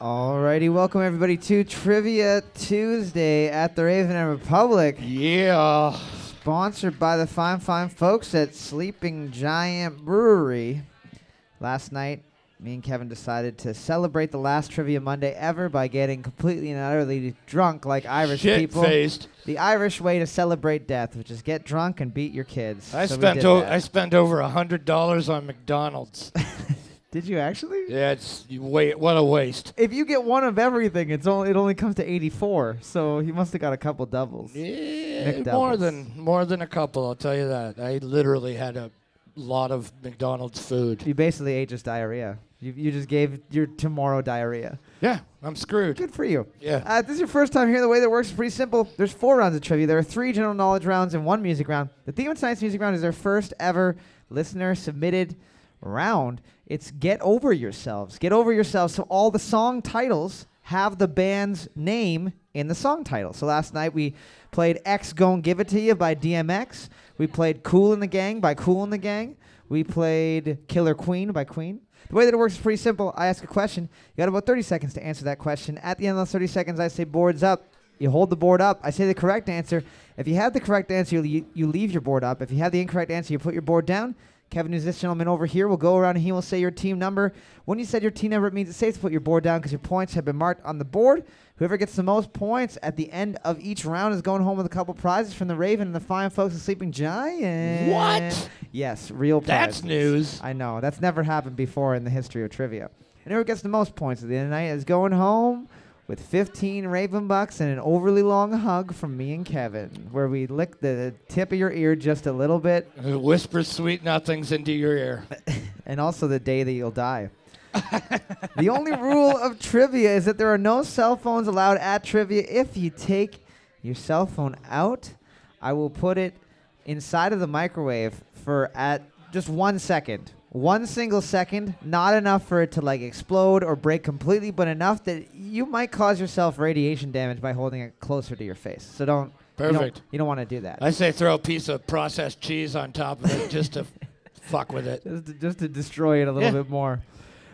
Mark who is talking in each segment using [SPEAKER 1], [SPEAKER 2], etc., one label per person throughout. [SPEAKER 1] Alrighty, welcome everybody to Trivia Tuesday at the Raven and Republic.
[SPEAKER 2] Yeah.
[SPEAKER 1] sponsored by the fine, fine folks at Sleeping Giant Brewery. Last night, me and Kevin decided to celebrate the last Trivia Monday ever by getting completely and utterly drunk like Irish
[SPEAKER 2] Shit
[SPEAKER 1] people.
[SPEAKER 2] faced.
[SPEAKER 1] The Irish way to celebrate death, which is get drunk and beat your kids.
[SPEAKER 2] I
[SPEAKER 1] So we
[SPEAKER 2] spent
[SPEAKER 1] did
[SPEAKER 2] o-
[SPEAKER 1] that.
[SPEAKER 2] I spent over a hundred dollars on McDonald's.
[SPEAKER 1] Did you actually?
[SPEAKER 2] yeah, it's you wait what a waste.
[SPEAKER 1] If you get one of everything, it's only it only comes to 84. So he must have got a couple doubles.
[SPEAKER 2] Yeah, more
[SPEAKER 1] McDoubles.
[SPEAKER 2] than more than a couple, I'll tell you that. I literally had a lot of McDonald's food.
[SPEAKER 1] You basically ate just diarrhea. You, you just gave your tomorrow diarrhea.
[SPEAKER 2] Yeah, I'm screwed.
[SPEAKER 1] Good for you.
[SPEAKER 2] Yeah.
[SPEAKER 1] Uh, if this is your first time here, the way that works is pretty simple. There's four rounds of trivia. There are three general knowledge rounds and one music round. The theme of tonight's music round is our first ever listener submitted round. It's Get Over Yourselves. Get Over Yourselves. So all the song titles have the band's name in the song title. So last night we played X Gon' Give It To You by DMX. We played Cool in the Gang by Cool in the Gang. We played Killer Queen by Queen. The way that it works is pretty simple. I ask a question. You got about 30 seconds to answer that question. At the end of those 30 seconds, I say boards up. You hold the board up. I say the correct answer. If you have the correct answer, you, you leave your board up. If you have the incorrect answer, you put your board down. Kevin, who's this gentleman over here, will go around and he will say your team number. When you said your team number, it means it's safe to put your board down because your points have been marked on the board. Whoever gets the most points at the end of each round is going home with a couple prizes from the Raven and the fine folks at Sleeping Giant.
[SPEAKER 2] What?
[SPEAKER 1] Yes, real prizes.
[SPEAKER 2] That's news.
[SPEAKER 1] I know. That's never happened before in the history of trivia. And whoever gets the most points at the end of the night is going home with 15 Raven Bucks and an overly long hug from me and Kevin, where we lick the tip of your ear just a little bit,
[SPEAKER 2] Uh, Whisper sweet nothings into your
[SPEAKER 1] Uh,
[SPEAKER 2] ear.
[SPEAKER 1] and also the day that you'll die. the only rule of trivia is that there are no cell phones allowed at trivia. If you take your cell phone out, I will put it inside of the microwave for at just one second. One single second, not enough for it to like explode or break completely, but enough that you might cause yourself radiation damage by holding it closer to your face. So don't you don't-
[SPEAKER 2] Perfect.
[SPEAKER 1] You don't, want to do that.
[SPEAKER 2] I say throw a piece of processed cheese on top of it just to fuck with it.
[SPEAKER 1] just to, just to destroy it a little
[SPEAKER 2] Yeah.
[SPEAKER 1] bit more.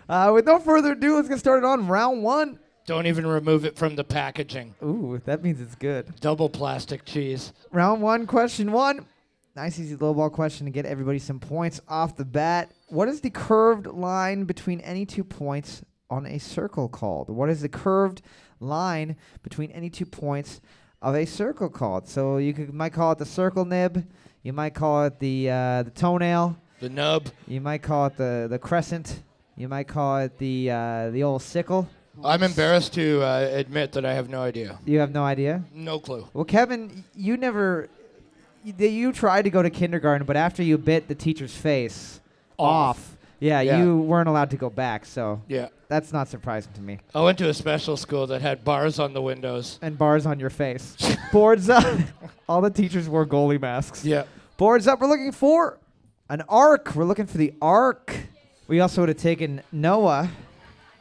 [SPEAKER 1] Uh, with no further ado, let's get started on round one.
[SPEAKER 2] Don't even remove it from the packaging.
[SPEAKER 1] Ooh, that means it's good.
[SPEAKER 2] Double plastic cheese.
[SPEAKER 1] Round one, question one. Nice, easy low ball question to get everybody some points off the bat. What is the curved line between any two points on a circle called? What is the curved line between any two points of a circle called? So you could, might call it the circle nib. You might call it the uh, the toenail.
[SPEAKER 2] The nub.
[SPEAKER 1] You might call it the the crescent. You might call it the uh, the old sickle.
[SPEAKER 2] I'm embarrassed to uh, admit that I have no idea.
[SPEAKER 1] You have no idea.
[SPEAKER 2] No clue.
[SPEAKER 1] Well, Kevin, y- you never. y- th- You tried to go to kindergarten, but after you bit the teacher's face off,
[SPEAKER 2] Off.
[SPEAKER 1] yeah,
[SPEAKER 2] Yeah.
[SPEAKER 1] you weren't allowed to go back. So
[SPEAKER 2] Yeah.
[SPEAKER 1] that's not surprising to me.
[SPEAKER 2] I went to a special school that had bars on the windows.
[SPEAKER 1] And bars on your face, boards up. All the teachers wore goalie masks.
[SPEAKER 2] Yeah.
[SPEAKER 1] Boards up. We're looking for an arc. We're looking for the arc. We also would have taken Noah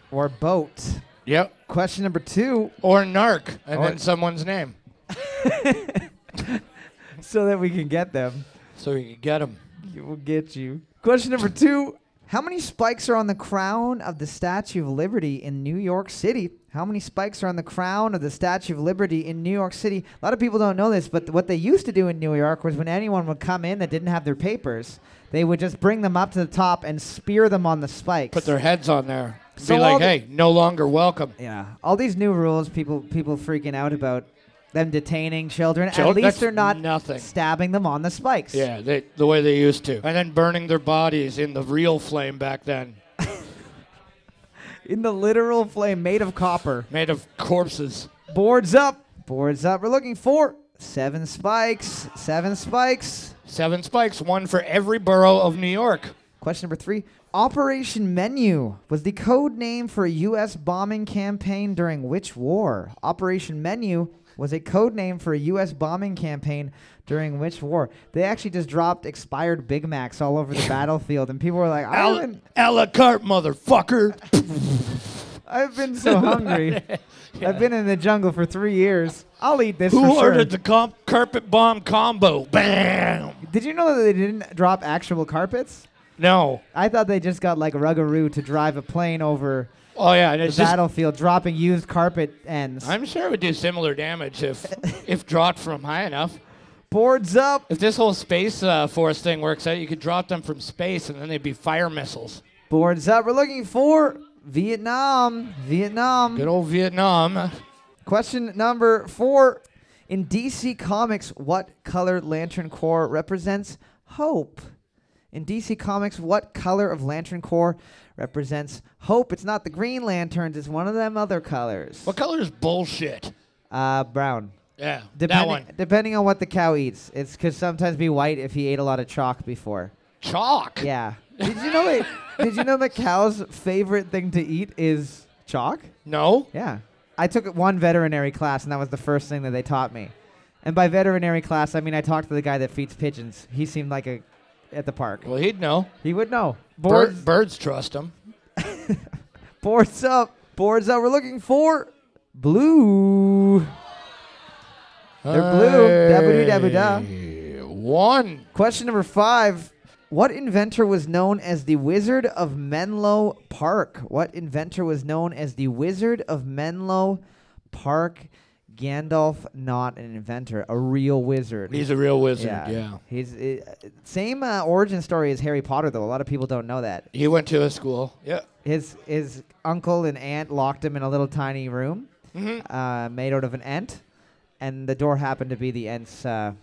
[SPEAKER 1] or boat.
[SPEAKER 2] Yep.
[SPEAKER 1] Question number two,
[SPEAKER 2] Or narc, and
[SPEAKER 1] Or-
[SPEAKER 2] then someone's name,
[SPEAKER 1] so that we can get them.
[SPEAKER 2] so you can get them.
[SPEAKER 1] We'll get you. Question number two. How many spikes are on the crown of the Statue of Liberty in New York City? How many spikes are on the crown of the Statue of Liberty in New York City? A lot of people don't know this, but what they used to do in New York was when anyone would come in that didn't have their papers, they would just bring them up to the top and spear them on the spikes.
[SPEAKER 2] Put their heads on there.
[SPEAKER 1] So
[SPEAKER 2] Be
[SPEAKER 1] all
[SPEAKER 2] like,
[SPEAKER 1] the-
[SPEAKER 2] hey, no longer welcome.
[SPEAKER 1] yeah, all these new rules, people people freaking out about them detaining children.
[SPEAKER 2] Chil-
[SPEAKER 1] At least
[SPEAKER 2] that's
[SPEAKER 1] they're not
[SPEAKER 2] nothing.
[SPEAKER 1] stabbing them on the spikes.
[SPEAKER 2] Yeah, they, the way they used to. And then burning their bodies in the real flame back then,
[SPEAKER 1] in the literal flame made of copper.
[SPEAKER 2] made of corpses.
[SPEAKER 1] Boards up. Boards up. We're looking for seven spikes. Seven spikes.
[SPEAKER 2] Seven spikes, one for every borough of New York.
[SPEAKER 1] Question number three Operation Menu was the code name for a U.S. bombing campaign during which war? Operation Menu was a code name for a U.S. bombing campaign during which war? They actually just dropped expired Big Macs all over the battlefield, and people were like,
[SPEAKER 2] Al-
[SPEAKER 1] I've been,
[SPEAKER 2] a la carte, motherfucker.
[SPEAKER 1] I've been so hungry. I've been in the jungle for three years. I'll eat this.
[SPEAKER 2] Who
[SPEAKER 1] for sure."
[SPEAKER 2] ordered the com- carpet bomb combo? Bam!
[SPEAKER 1] Did you know that they didn't drop actual carpets?
[SPEAKER 2] No.
[SPEAKER 1] I thought they just got like Ruggaroo to drive a plane over
[SPEAKER 2] Oh yeah, and
[SPEAKER 1] the
[SPEAKER 2] it's just,
[SPEAKER 1] battlefield, dropping used carpet ends.
[SPEAKER 2] I'm sure it would do similar damage if if dropped from high enough.
[SPEAKER 1] Boards up,
[SPEAKER 2] If this whole space uh, force thing works out, you could drop them from space and then they'd be fire missiles.
[SPEAKER 1] boards up. We're looking for Vietnam. Vietnam.
[SPEAKER 2] Good old Vietnam.
[SPEAKER 1] Question number four. In DC Comics, what color Lantern Corps represents hope? In DC Comics, what color of Lantern Corps represents hope? It's not the Green Lanterns, it's one of them other colors.
[SPEAKER 2] What color is bullshit?
[SPEAKER 1] Uh, brown.
[SPEAKER 2] Yeah, that
[SPEAKER 1] Depending,
[SPEAKER 2] one.
[SPEAKER 1] depending on what the cow eats. It's could sometimes be white if he ate a lot of chalk before.
[SPEAKER 2] Chalk.
[SPEAKER 1] Yeah. Did you know it, Did you know that cow's favorite thing to eat is chalk?
[SPEAKER 2] No.
[SPEAKER 1] Yeah. I took one veterinary class, and that was the first thing that they taught me. And by veterinary class, I mean I talked to the guy that feeds pigeons. He seemed like a at the park.
[SPEAKER 2] Well, he'd know.
[SPEAKER 1] He would know. Boards,
[SPEAKER 2] Bird, birds trust him.
[SPEAKER 1] boards up, boards up. We're looking for blue. They're blue. Dabba-doo-dabba-da.
[SPEAKER 2] Hey, One.
[SPEAKER 1] Question number five. What inventor was known as the Wizard of Menlo Park? What inventor was known as the Wizard of Menlo Park? Gandalf, not an inventor, a real wizard.
[SPEAKER 2] He's a real wizard. Yeah.
[SPEAKER 1] He's uh, same uh, origin story as Harry Potter, though. A lot of people don't know that.
[SPEAKER 2] He went to a school. Yeah.
[SPEAKER 1] His his uncle and aunt locked him in a little tiny room,
[SPEAKER 2] Mm-hmm.
[SPEAKER 1] uh, made out of an ant, and the door happened to be the ant's, uh,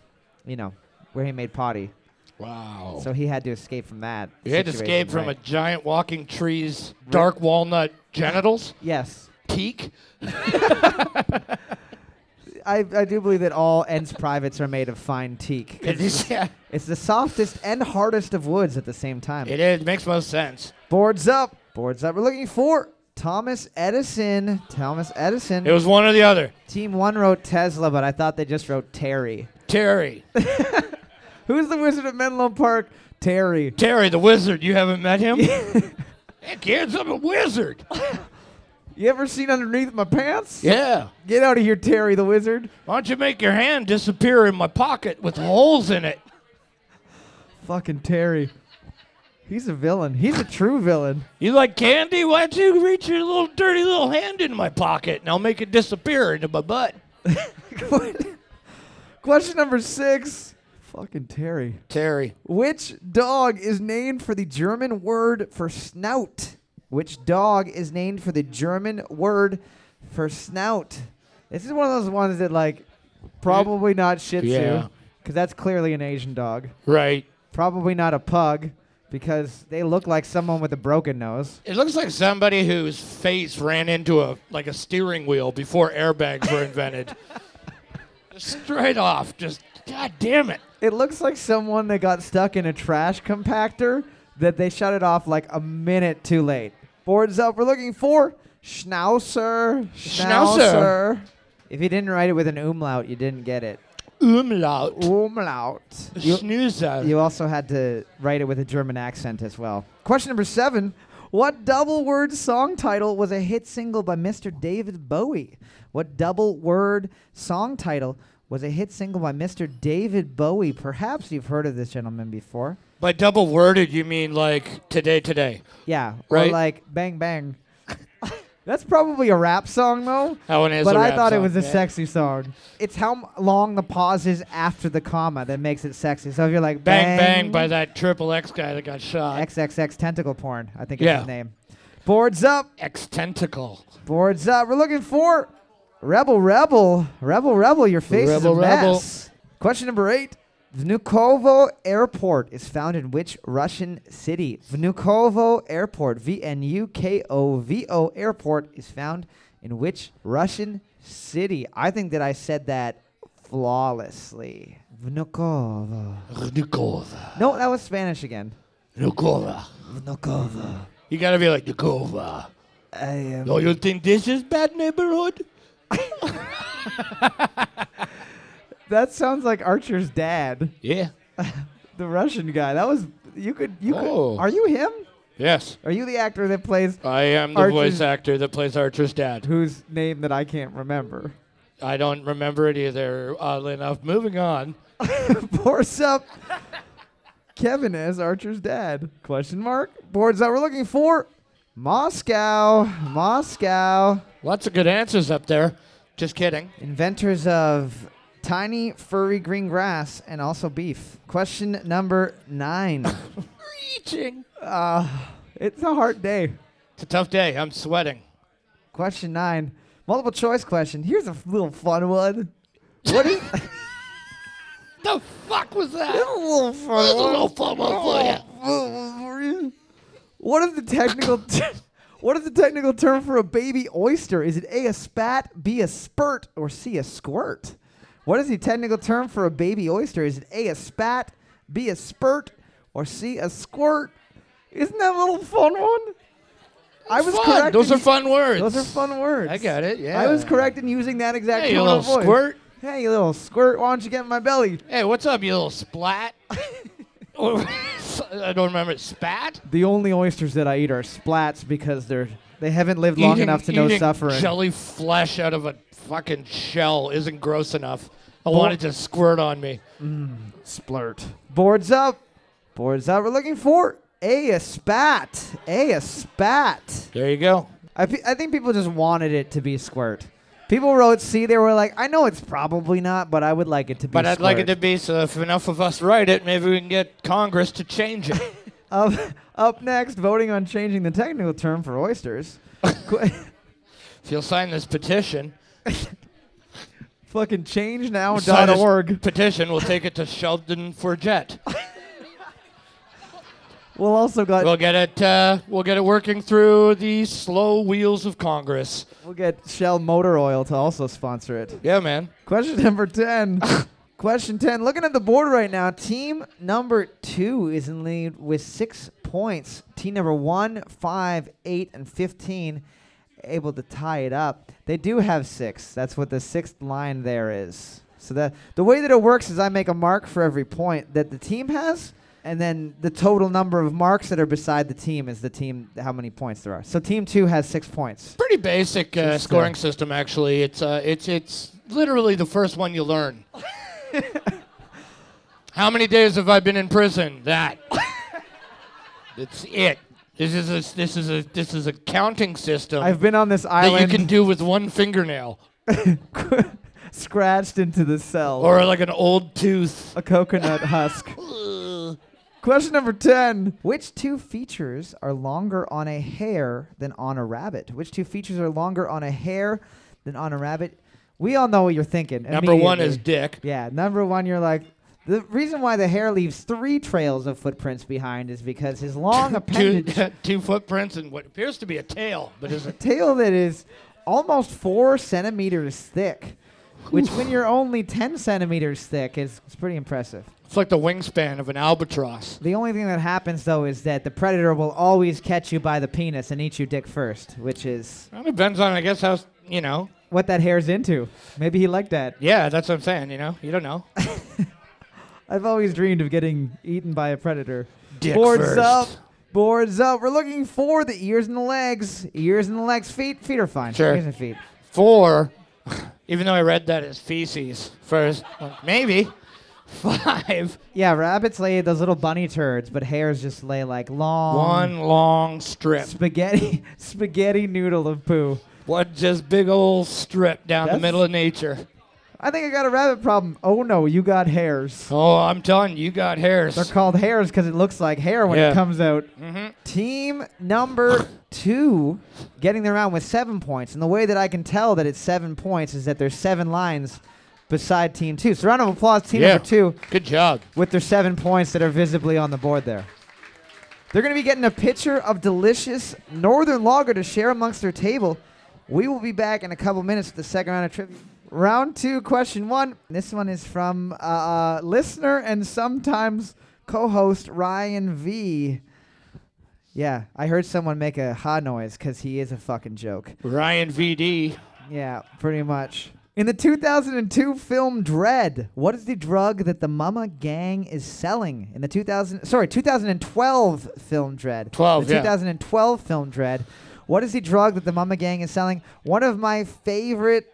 [SPEAKER 1] you know, where he made potty.
[SPEAKER 2] Wow.
[SPEAKER 1] So he had to escape from that.
[SPEAKER 2] you had to
[SPEAKER 1] situation,
[SPEAKER 2] escape from
[SPEAKER 1] right.
[SPEAKER 2] a giant walking tree's dark walnut genitals
[SPEAKER 1] Yes,
[SPEAKER 2] peak.
[SPEAKER 1] I I do believe that all ants privates are made of fine teak. 'cause
[SPEAKER 2] It is. Yeah.
[SPEAKER 1] It's the softest and hardest of woods at the same time.
[SPEAKER 2] It is. Makes most sense.
[SPEAKER 1] Boards up, boards up. We're looking for Thomas Edison. Thomas Edison.
[SPEAKER 2] It was one or the other.
[SPEAKER 1] Team one wrote Tesla, but I thought they just wrote Terry.
[SPEAKER 2] Terry.
[SPEAKER 1] Who's the Wizard of Menlo Park? Terry.
[SPEAKER 2] Terry, the wizard. You haven't met him? hey, kids, I'm a wizard.
[SPEAKER 1] You ever seen underneath my pants?
[SPEAKER 2] Yeah.
[SPEAKER 1] Get out of here, Terry the Wizard.
[SPEAKER 2] Why don't you make your hand disappear in my pocket with holes in it?
[SPEAKER 1] Fucking Terry. He's a villain. He's a true villain.
[SPEAKER 2] You like candy? Why don't you reach your little dirty little hand into my pocket and I'll make it disappear into my butt?
[SPEAKER 1] Question number six. Fucking Terry.
[SPEAKER 2] Terry.
[SPEAKER 1] Which dog is named for the German word for snout? Which dog is named for the German word for snout? This is one of those ones that, like, probably not Shih Tzu,
[SPEAKER 2] Yeah.
[SPEAKER 1] because that's clearly an Asian dog.
[SPEAKER 2] Right.
[SPEAKER 1] Probably not a pug, because they look like someone with a broken nose.
[SPEAKER 2] It looks like somebody whose face ran into a like a steering wheel before airbags were invented. Straight off, just god damn it.
[SPEAKER 1] It looks like someone that got stuck in a trash compactor that they shut it off like a minute too late. Boards up. We're looking for Schnauzer.
[SPEAKER 2] Schnauzer.
[SPEAKER 1] If you didn't write it with an umlaut, you didn't get it.
[SPEAKER 2] Umlaut.
[SPEAKER 1] Umlaut. You,
[SPEAKER 2] Schnoozer.
[SPEAKER 1] you also had to write it with a German accent as well. Question number seven. What double word song title was a hit single by Mr. David Bowie? What double word song title was a hit single by Mr. David Bowie? Perhaps you've heard of this gentleman before.
[SPEAKER 2] By double worded, you mean like today, today.
[SPEAKER 1] Yeah,
[SPEAKER 2] Right?
[SPEAKER 1] or like bang bang. That's probably a rap song though.
[SPEAKER 2] That one is
[SPEAKER 1] but
[SPEAKER 2] a
[SPEAKER 1] I
[SPEAKER 2] rap
[SPEAKER 1] thought it
[SPEAKER 2] song,
[SPEAKER 1] was a
[SPEAKER 2] yeah.
[SPEAKER 1] sexy song. It's how m- long the pause is after the comma that makes it sexy. So if you're like
[SPEAKER 2] Bang
[SPEAKER 1] bang
[SPEAKER 2] bang by that triple X guy that got shot. X,
[SPEAKER 1] XXX tentacle porn, I think is
[SPEAKER 2] Yeah.
[SPEAKER 1] his name. Boards up,
[SPEAKER 2] tentacle.
[SPEAKER 1] boards up. We're looking for Rebel Rebel. Rebel Rebel, your face
[SPEAKER 2] Rebel,
[SPEAKER 1] is a
[SPEAKER 2] Rebel.
[SPEAKER 1] mess. Question number 8. Vnukovo Airport is found in which Russian city? Vnukovo Airport, V N U K O V O Airport is found in which Russian city? I think that I said that flawlessly. Vnukovo.
[SPEAKER 2] Nukova.
[SPEAKER 1] No, that was Spanish again.
[SPEAKER 2] Nukova.
[SPEAKER 1] Vnukovo.
[SPEAKER 2] You gotta be like Nukova.
[SPEAKER 1] I am
[SPEAKER 2] No, you think this is bad neighborhood?
[SPEAKER 1] That sounds like Archer's dad,
[SPEAKER 2] Yeah.
[SPEAKER 1] the Russian guy. That was you could you
[SPEAKER 2] Oh.
[SPEAKER 1] could. Are you him?
[SPEAKER 2] Yes.
[SPEAKER 1] Are you the actor that plays
[SPEAKER 2] I am the
[SPEAKER 1] Archer's-
[SPEAKER 2] voice actor that plays Archer's dad.
[SPEAKER 1] whose name that I can't remember?
[SPEAKER 2] I don't remember it either, oddly enough. Moving on.
[SPEAKER 1] Boards up. Kevin as Archer's dad? Question mark. Boards that we're looking for. Moscow, Moscow.
[SPEAKER 2] Lots of good answers up there. Just kidding.
[SPEAKER 1] Inventors of tiny furry green grass and also beef. Question number nine.
[SPEAKER 2] Reaching.
[SPEAKER 1] uh, it's a hard day.
[SPEAKER 2] It's a tough day. I'm sweating.
[SPEAKER 1] Question nine. Multiple choice question. Here's a f- little fun one. What is a
[SPEAKER 2] The fuck was that?
[SPEAKER 1] little
[SPEAKER 2] That's
[SPEAKER 1] fun Oh,
[SPEAKER 2] a little fun one for ya.
[SPEAKER 1] one? What is the technical t- What is the technical term for a baby oyster? Is it A a spat, B a spurt, or C a squirt? What is the technical term for a baby oyster? Is it A a spat, B a spurt, or C a squirt? Isn't that a little fun one? I was
[SPEAKER 2] Fun.
[SPEAKER 1] correct.
[SPEAKER 2] Those
[SPEAKER 1] in
[SPEAKER 2] are
[SPEAKER 1] u-
[SPEAKER 2] fun words.
[SPEAKER 1] Those are fun words.
[SPEAKER 2] I got it. Yeah.
[SPEAKER 1] I was correct in using that exact
[SPEAKER 2] Hey, you
[SPEAKER 1] tone of
[SPEAKER 2] little
[SPEAKER 1] voice.
[SPEAKER 2] squirt.
[SPEAKER 1] Hey, you little squirt, why don't you get in my belly?
[SPEAKER 2] Hey, what's up, you little splat? I don't remember. Spat?
[SPEAKER 1] The only oysters that I eat are splats because they're they haven't lived long
[SPEAKER 2] Eating-
[SPEAKER 1] enough to know
[SPEAKER 2] eating
[SPEAKER 1] suffering.
[SPEAKER 2] Jelly flesh out of a fucking shell isn't gross enough. I
[SPEAKER 1] Bo-
[SPEAKER 2] want it to squirt on me.
[SPEAKER 1] Splurt. Boards up. Boards up. We're looking for a, a spat. A, a spat.
[SPEAKER 2] There you go.
[SPEAKER 1] I, fe- I think people just wanted it to be squirt. People wrote C. They were like, I know it's probably not, but I would like it to be.
[SPEAKER 2] But I'd like it
[SPEAKER 1] squirt."
[SPEAKER 2] to be so if enough of us write it, maybe we can get Congress to change it.
[SPEAKER 1] Up, up next, voting on changing the technical term for oysters. Qu-
[SPEAKER 2] if you'll sign this petition,
[SPEAKER 1] fucking Oh,
[SPEAKER 2] sign this
[SPEAKER 1] changenow.org.
[SPEAKER 2] petition, we'll take it to Sheldon Forget.
[SPEAKER 1] We'll also got
[SPEAKER 2] We'll get it. Uh, we'll get it working through the slow wheels of Congress.
[SPEAKER 1] we'll get Shell Motor Oil to also sponsor it.
[SPEAKER 2] Yeah, man.
[SPEAKER 1] Question number 10. Question 10. Looking at the board right now, team number two is in lead with six points. Team number one, five, eight, and 15 able to tie it up. They do have six. That's what the sixth line there is. So that the way that it works is I make a mark for every point that the team has, and then the total number of marks that are beside the team is the team how many points there are. So team two has six points.
[SPEAKER 2] Pretty basic uh,
[SPEAKER 1] Just, uh,
[SPEAKER 2] scoring system, actually. It's uh, it's it's literally the first one you learn. How many days have I been in prison? That. That's it. This is a this is a this is a counting system
[SPEAKER 1] I've been on this
[SPEAKER 2] that you
[SPEAKER 1] island.
[SPEAKER 2] can do with one fingernail
[SPEAKER 1] scratched into the cell.
[SPEAKER 2] or like an old tooth.
[SPEAKER 1] a coconut husk. Question number 10. Which two features are longer on a hare than on a rabbit? Which two features are longer on a hare than on a rabbit? We all know what you're thinking.
[SPEAKER 2] Number one is
[SPEAKER 1] immediately.
[SPEAKER 2] dick.
[SPEAKER 1] Yeah, number one, you're like. The reason why the hare leaves three trails of footprints behind is because his long
[SPEAKER 2] Two,
[SPEAKER 1] appendage,
[SPEAKER 2] two footprints and what appears to be a tail, but is
[SPEAKER 1] a
[SPEAKER 2] it?
[SPEAKER 1] tail that is almost four centimeters thick, which when you're only 10 centimeters thick is it's pretty impressive.
[SPEAKER 2] It's like the wingspan of an albatross.
[SPEAKER 1] The only thing that happens though is that the predator will always catch you by the penis and eat you dick first, which is
[SPEAKER 2] Well, depends on, I guess, how s- you know.
[SPEAKER 1] what that hare's into. Maybe he liked that.
[SPEAKER 2] Yeah, that's what I'm saying. You know, you don't know.
[SPEAKER 1] I've always dreamed of getting eaten by a predator.
[SPEAKER 2] Dick
[SPEAKER 1] Boards
[SPEAKER 2] first.
[SPEAKER 1] up. Boards up. We're looking for the ears and the legs. Ears and the legs. Feet. Feet are fine.
[SPEAKER 2] Sure.
[SPEAKER 1] Ears and feet.
[SPEAKER 2] Four, even though I read that as feces first, like, maybe. Five,
[SPEAKER 1] Yeah, rabbits lay those little bunny turds, but hares just lay like long
[SPEAKER 2] one long strip.
[SPEAKER 1] spaghetti spaghetti noodle of poo.
[SPEAKER 2] One just big old strip down
[SPEAKER 1] That's-
[SPEAKER 2] the middle of nature.
[SPEAKER 1] I think I got a rabbit problem. Oh no, you got hares.
[SPEAKER 2] Oh, I'm telling you, you got hairs.
[SPEAKER 1] They're called hairs because it looks like hair when
[SPEAKER 2] Yeah.
[SPEAKER 1] it comes out.
[SPEAKER 2] Mhm.
[SPEAKER 1] Team number two getting the round with seven points. And the way that I can tell that it's seven points is that there's seven lines beside team two. So round of applause, team
[SPEAKER 2] Yeah.
[SPEAKER 1] number two,
[SPEAKER 2] Good job.
[SPEAKER 1] with their seven points that are visibly on the board there. They're going to be getting a pitcher of delicious Northern Lager to share amongst their table. We will be back in a couple minutes with the second round of trivia. Round two, question one. This one is from uh, listener and sometimes co-host Ryan V. Yeah, I heard someone make a ha noise because he is a fucking joke.
[SPEAKER 2] Ryan VD.
[SPEAKER 1] Yeah, pretty much. In the 2002 film Dread, what is the drug that the Mama Gang is selling? In the 2000, sorry, 2012 film Dread.
[SPEAKER 2] 12,
[SPEAKER 1] The
[SPEAKER 2] yeah.
[SPEAKER 1] 2012 film Dread. What is the drug that the Mama Gang is selling? One of my favorite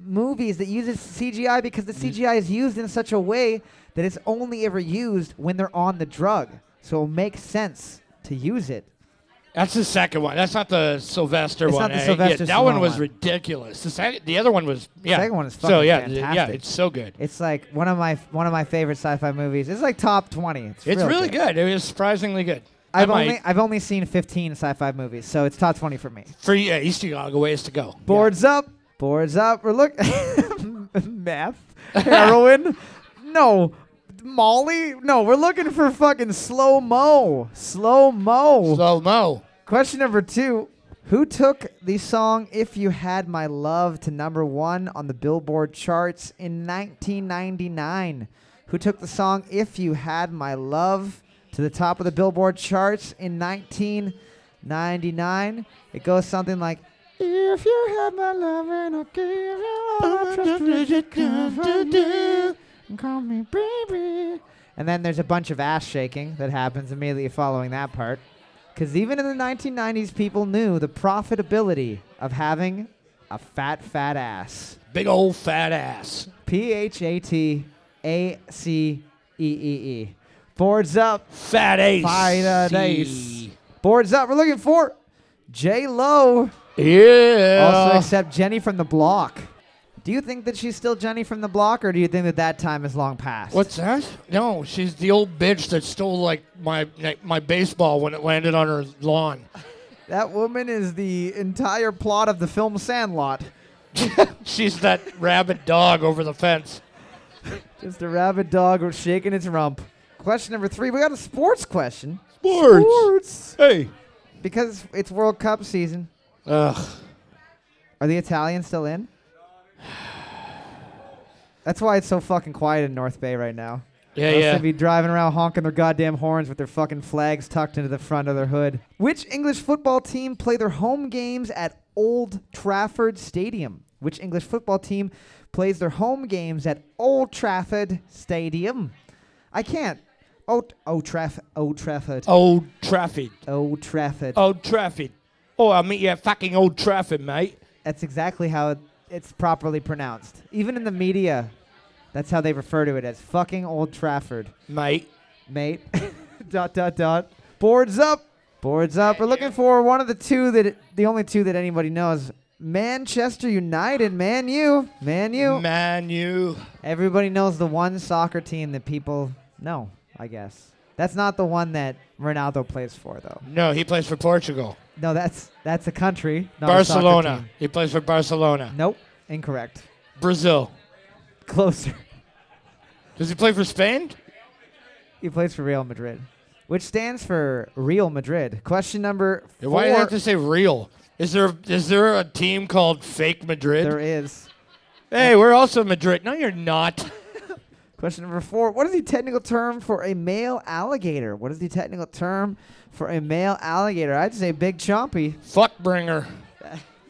[SPEAKER 1] movies that uses CGI because the CGI is used in such a way that it's only ever used when they're on the drug. So it makes sense to use it.
[SPEAKER 2] That's the second one. That's not the Sylvester
[SPEAKER 1] It's
[SPEAKER 2] one.
[SPEAKER 1] not the
[SPEAKER 2] eh?
[SPEAKER 1] Sylvester
[SPEAKER 2] yeah, that one
[SPEAKER 1] Stallone
[SPEAKER 2] was
[SPEAKER 1] one.
[SPEAKER 2] ridiculous. The, sec- the other one was yeah.
[SPEAKER 1] second one is
[SPEAKER 2] so
[SPEAKER 1] fucking
[SPEAKER 2] yeah, th- yeah,
[SPEAKER 1] fantastic.
[SPEAKER 2] it's so good.
[SPEAKER 1] It's like one of my one of my favorite sci-fi movies. It's like top 20. It's,
[SPEAKER 2] It's
[SPEAKER 1] real
[SPEAKER 2] really
[SPEAKER 1] good.
[SPEAKER 2] good. It was surprisingly good. I
[SPEAKER 1] I've
[SPEAKER 2] might-
[SPEAKER 1] only I've only seen 15 sci-fi movies, so it's top 20 for me.
[SPEAKER 2] for yeah, East Chicago ways to go.
[SPEAKER 1] Boards up, boards up. We're look, meth, heroin, no, Molly, no. We're looking for fucking slow mo, slow mo.
[SPEAKER 2] Slow mo.
[SPEAKER 1] Question number two: Who took the song "If You Had My Love" to number one on the Billboard charts in 1999? Who took the song "If You Had My Love" to the top of the Billboard charts in 1999? It goes something like. If you had my love and I gave you all my trust, would you come for me? And Call me baby. And then there's a bunch of ass shaking that happens immediately following that part. Because even in the 1990s, people knew the profitability of having a fat, fat ass.
[SPEAKER 2] Big old fat ass.
[SPEAKER 1] P H A T A C E E E. Boards up.
[SPEAKER 2] Fat ace.
[SPEAKER 1] Fire ace. Boards up. We're looking for J Lo.
[SPEAKER 2] Yeah.
[SPEAKER 1] Also accept Jenny from the block. Do you think that she's still Jenny from the block, or do you think that that time is long past?
[SPEAKER 2] What's that? No, she's the old bitch that stole like my my baseball when it landed on her lawn.
[SPEAKER 1] that woman is the entire plot of the film Sandlot.
[SPEAKER 2] She's that rabid dog over the fence.
[SPEAKER 1] Just a rabid dog shaking its rump. Question number three. We got a sports question.
[SPEAKER 2] Sports.
[SPEAKER 1] Sports.
[SPEAKER 2] Hey.
[SPEAKER 1] Because it's World Cup season.
[SPEAKER 2] Ugh.
[SPEAKER 1] Are the Italians still in? That's why it's so fucking quiet in North Bay right now.
[SPEAKER 2] Yeah,
[SPEAKER 1] Else
[SPEAKER 2] yeah.
[SPEAKER 1] They'd be driving around honking their goddamn horns with their fucking flags tucked into the front of their hood. Which English football team play their home games at Old Trafford Stadium? Which English football team plays their home games at Old Trafford Stadium? I can't. Old Old Traff Old Trafford.
[SPEAKER 2] Old Trafford.
[SPEAKER 1] Old Trafford.
[SPEAKER 2] Old Trafford. Oh, I mean, yeah, fucking Old Trafford, mate.
[SPEAKER 1] That's exactly how it- it's properly pronounced. Even in the media, that's how they refer to it as fucking Old Trafford.
[SPEAKER 2] Mate.
[SPEAKER 1] mate. dot dot dot. Boards up. Boards up. We're looking for one of the two that the only two that anybody knows. Manchester United, man you, man you.
[SPEAKER 2] Man, you.
[SPEAKER 1] Everybody knows the one soccer team that people know, I guess. That's not the one that Ronaldo plays for though.
[SPEAKER 2] No, he plays for Portugal.
[SPEAKER 1] No, that's that's a country. Not a soccer
[SPEAKER 2] Barcelona.
[SPEAKER 1] team.
[SPEAKER 2] He plays for Barcelona.
[SPEAKER 1] Nope. Incorrect.
[SPEAKER 2] Brazil.
[SPEAKER 1] Closer.
[SPEAKER 2] Does he play for Spain?
[SPEAKER 1] he plays for Real Madrid. Which stands for Real Madrid. Question number
[SPEAKER 2] Yeah,
[SPEAKER 1] four.
[SPEAKER 2] Why do you have to say real? Is there is there a team called Fake Madrid?
[SPEAKER 1] there is.
[SPEAKER 2] hey, we're also Madrid. No, you're not.
[SPEAKER 1] Question number four. What is the technical term for a male alligator? What is the technical term for a male alligator? I'd say big chompy.
[SPEAKER 2] Fuckbringer.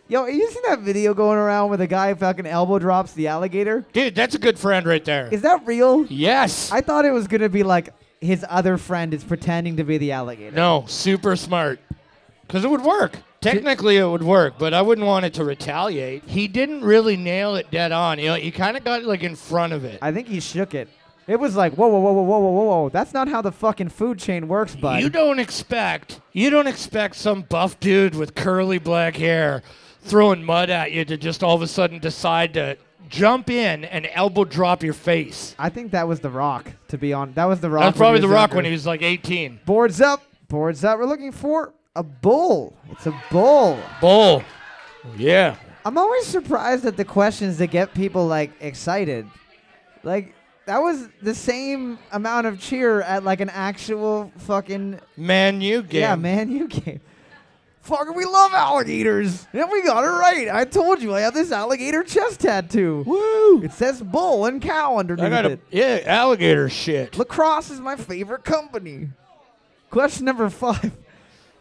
[SPEAKER 1] Yo, you seen that video going around where the guy fucking elbow drops the alligator?
[SPEAKER 2] Dude, that's a good friend right there.
[SPEAKER 1] Is that real?
[SPEAKER 2] yes.
[SPEAKER 1] I thought it was gonna be like his other friend is pretending to be the alligator.
[SPEAKER 2] no, super smart. Because it would work. Technically, it would work, but I wouldn't want it to retaliate. He didn't really nail it dead on. You know, he kind of got like in front of it.
[SPEAKER 1] I think he shook it. It was like whoa, whoa, whoa, whoa, whoa, whoa, whoa, whoa. That's not how the fucking food chain works, bud.
[SPEAKER 2] You don't expect you don't expect some buff dude with curly black hair throwing mud at you to just all of a sudden decide to jump in and elbow drop your face.
[SPEAKER 1] I think that was the Rock. To be on, that was the Rock.
[SPEAKER 2] That's probably the rock
[SPEAKER 1] younger.
[SPEAKER 2] when he was like 18.
[SPEAKER 1] Boards up, boards up. We're looking for a bull. It's a bull.
[SPEAKER 2] Bull. Yeah.
[SPEAKER 1] I'm always surprised at the questions that get people like excited. Like that was the same amount of cheer at like an actual fucking
[SPEAKER 2] Man, you game.
[SPEAKER 1] yeah, man you game. Fucker, we love alligators. Yeah, we got it right. I told you I have this alligator chest tattoo.
[SPEAKER 2] Woo.
[SPEAKER 1] It says bull and cow underneath
[SPEAKER 2] I got a
[SPEAKER 1] it.
[SPEAKER 2] yeah alligator shit.
[SPEAKER 1] Lacrosse is my favorite company. Question number five.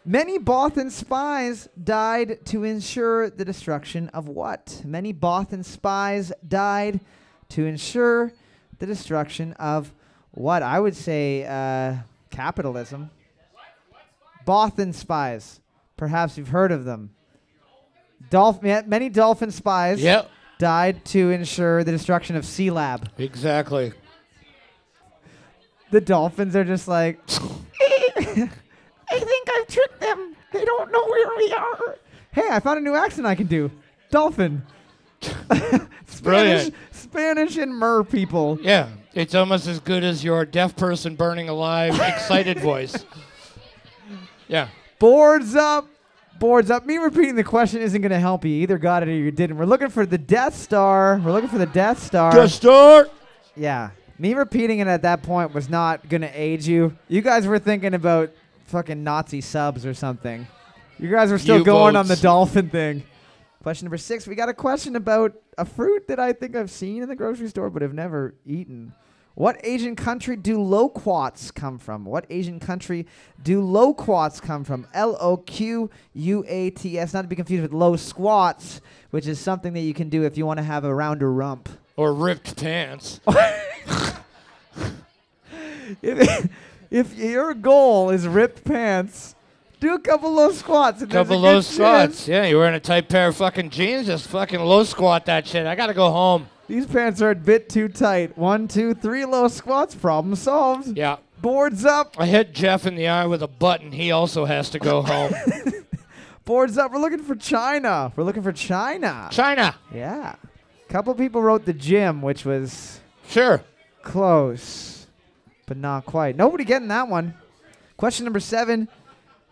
[SPEAKER 1] Many Bothan spies died to ensure the destruction of what? Many Bothan spies died to ensure the destruction of what? I would say uh, capitalism. Bothan spies. Perhaps you've heard of them. Dolph- ma- many dolphin spies
[SPEAKER 2] Yep.
[SPEAKER 1] died to ensure the destruction of Sea Lab.
[SPEAKER 2] Exactly.
[SPEAKER 1] The dolphins are just like, I think I've tricked them. They don't know where we are. Hey, I found a new accent I can do. Dolphin. Spanish,
[SPEAKER 2] Brilliant.
[SPEAKER 1] Spanish and mer people.
[SPEAKER 2] Yeah. It's almost as good as your deaf person burning alive excited voice. Yeah.
[SPEAKER 1] Boards up. Boards up. Me repeating the question isn't going to help you. You either got it or you didn't. We're looking for the Death Star. We're looking for the Death Star.
[SPEAKER 2] start.
[SPEAKER 1] Yeah. Me repeating it at that point was not going to aid you. You guys were thinking about fucking Nazi subs or something. You guys were still going on the
[SPEAKER 2] U-boats.
[SPEAKER 1] dolphin thing. Question number six. We got a question about a fruit that I think I've seen in the grocery store but have never eaten. What Asian country do loquats come from? What Asian country do loquats come from? L O Q U A T S. Not to be confused with low squats, which is something that you can do if you want to have a rounder rump.
[SPEAKER 2] Or ripped pants.
[SPEAKER 1] if, if your goal is ripped pants, do a couple low squats. And there's
[SPEAKER 2] Couple
[SPEAKER 1] a
[SPEAKER 2] low
[SPEAKER 1] good
[SPEAKER 2] squats.
[SPEAKER 1] chance-
[SPEAKER 2] Yeah, you're wearing a tight pair of fucking jeans. Just fucking low squat that shit. I gotta go home.
[SPEAKER 1] These pants are a bit too tight. One, two, three low squats. Problem solved.
[SPEAKER 2] Yeah.
[SPEAKER 1] Boards up.
[SPEAKER 2] I hit Jeff in the eye with a button. He also has to go home.
[SPEAKER 1] Boards up. We're looking for China. We're looking for China.
[SPEAKER 2] China.
[SPEAKER 1] yeah. Couple people wrote the gym, which was
[SPEAKER 2] Sure.
[SPEAKER 1] Close, but not quite. Nobody getting that one. Question number seven.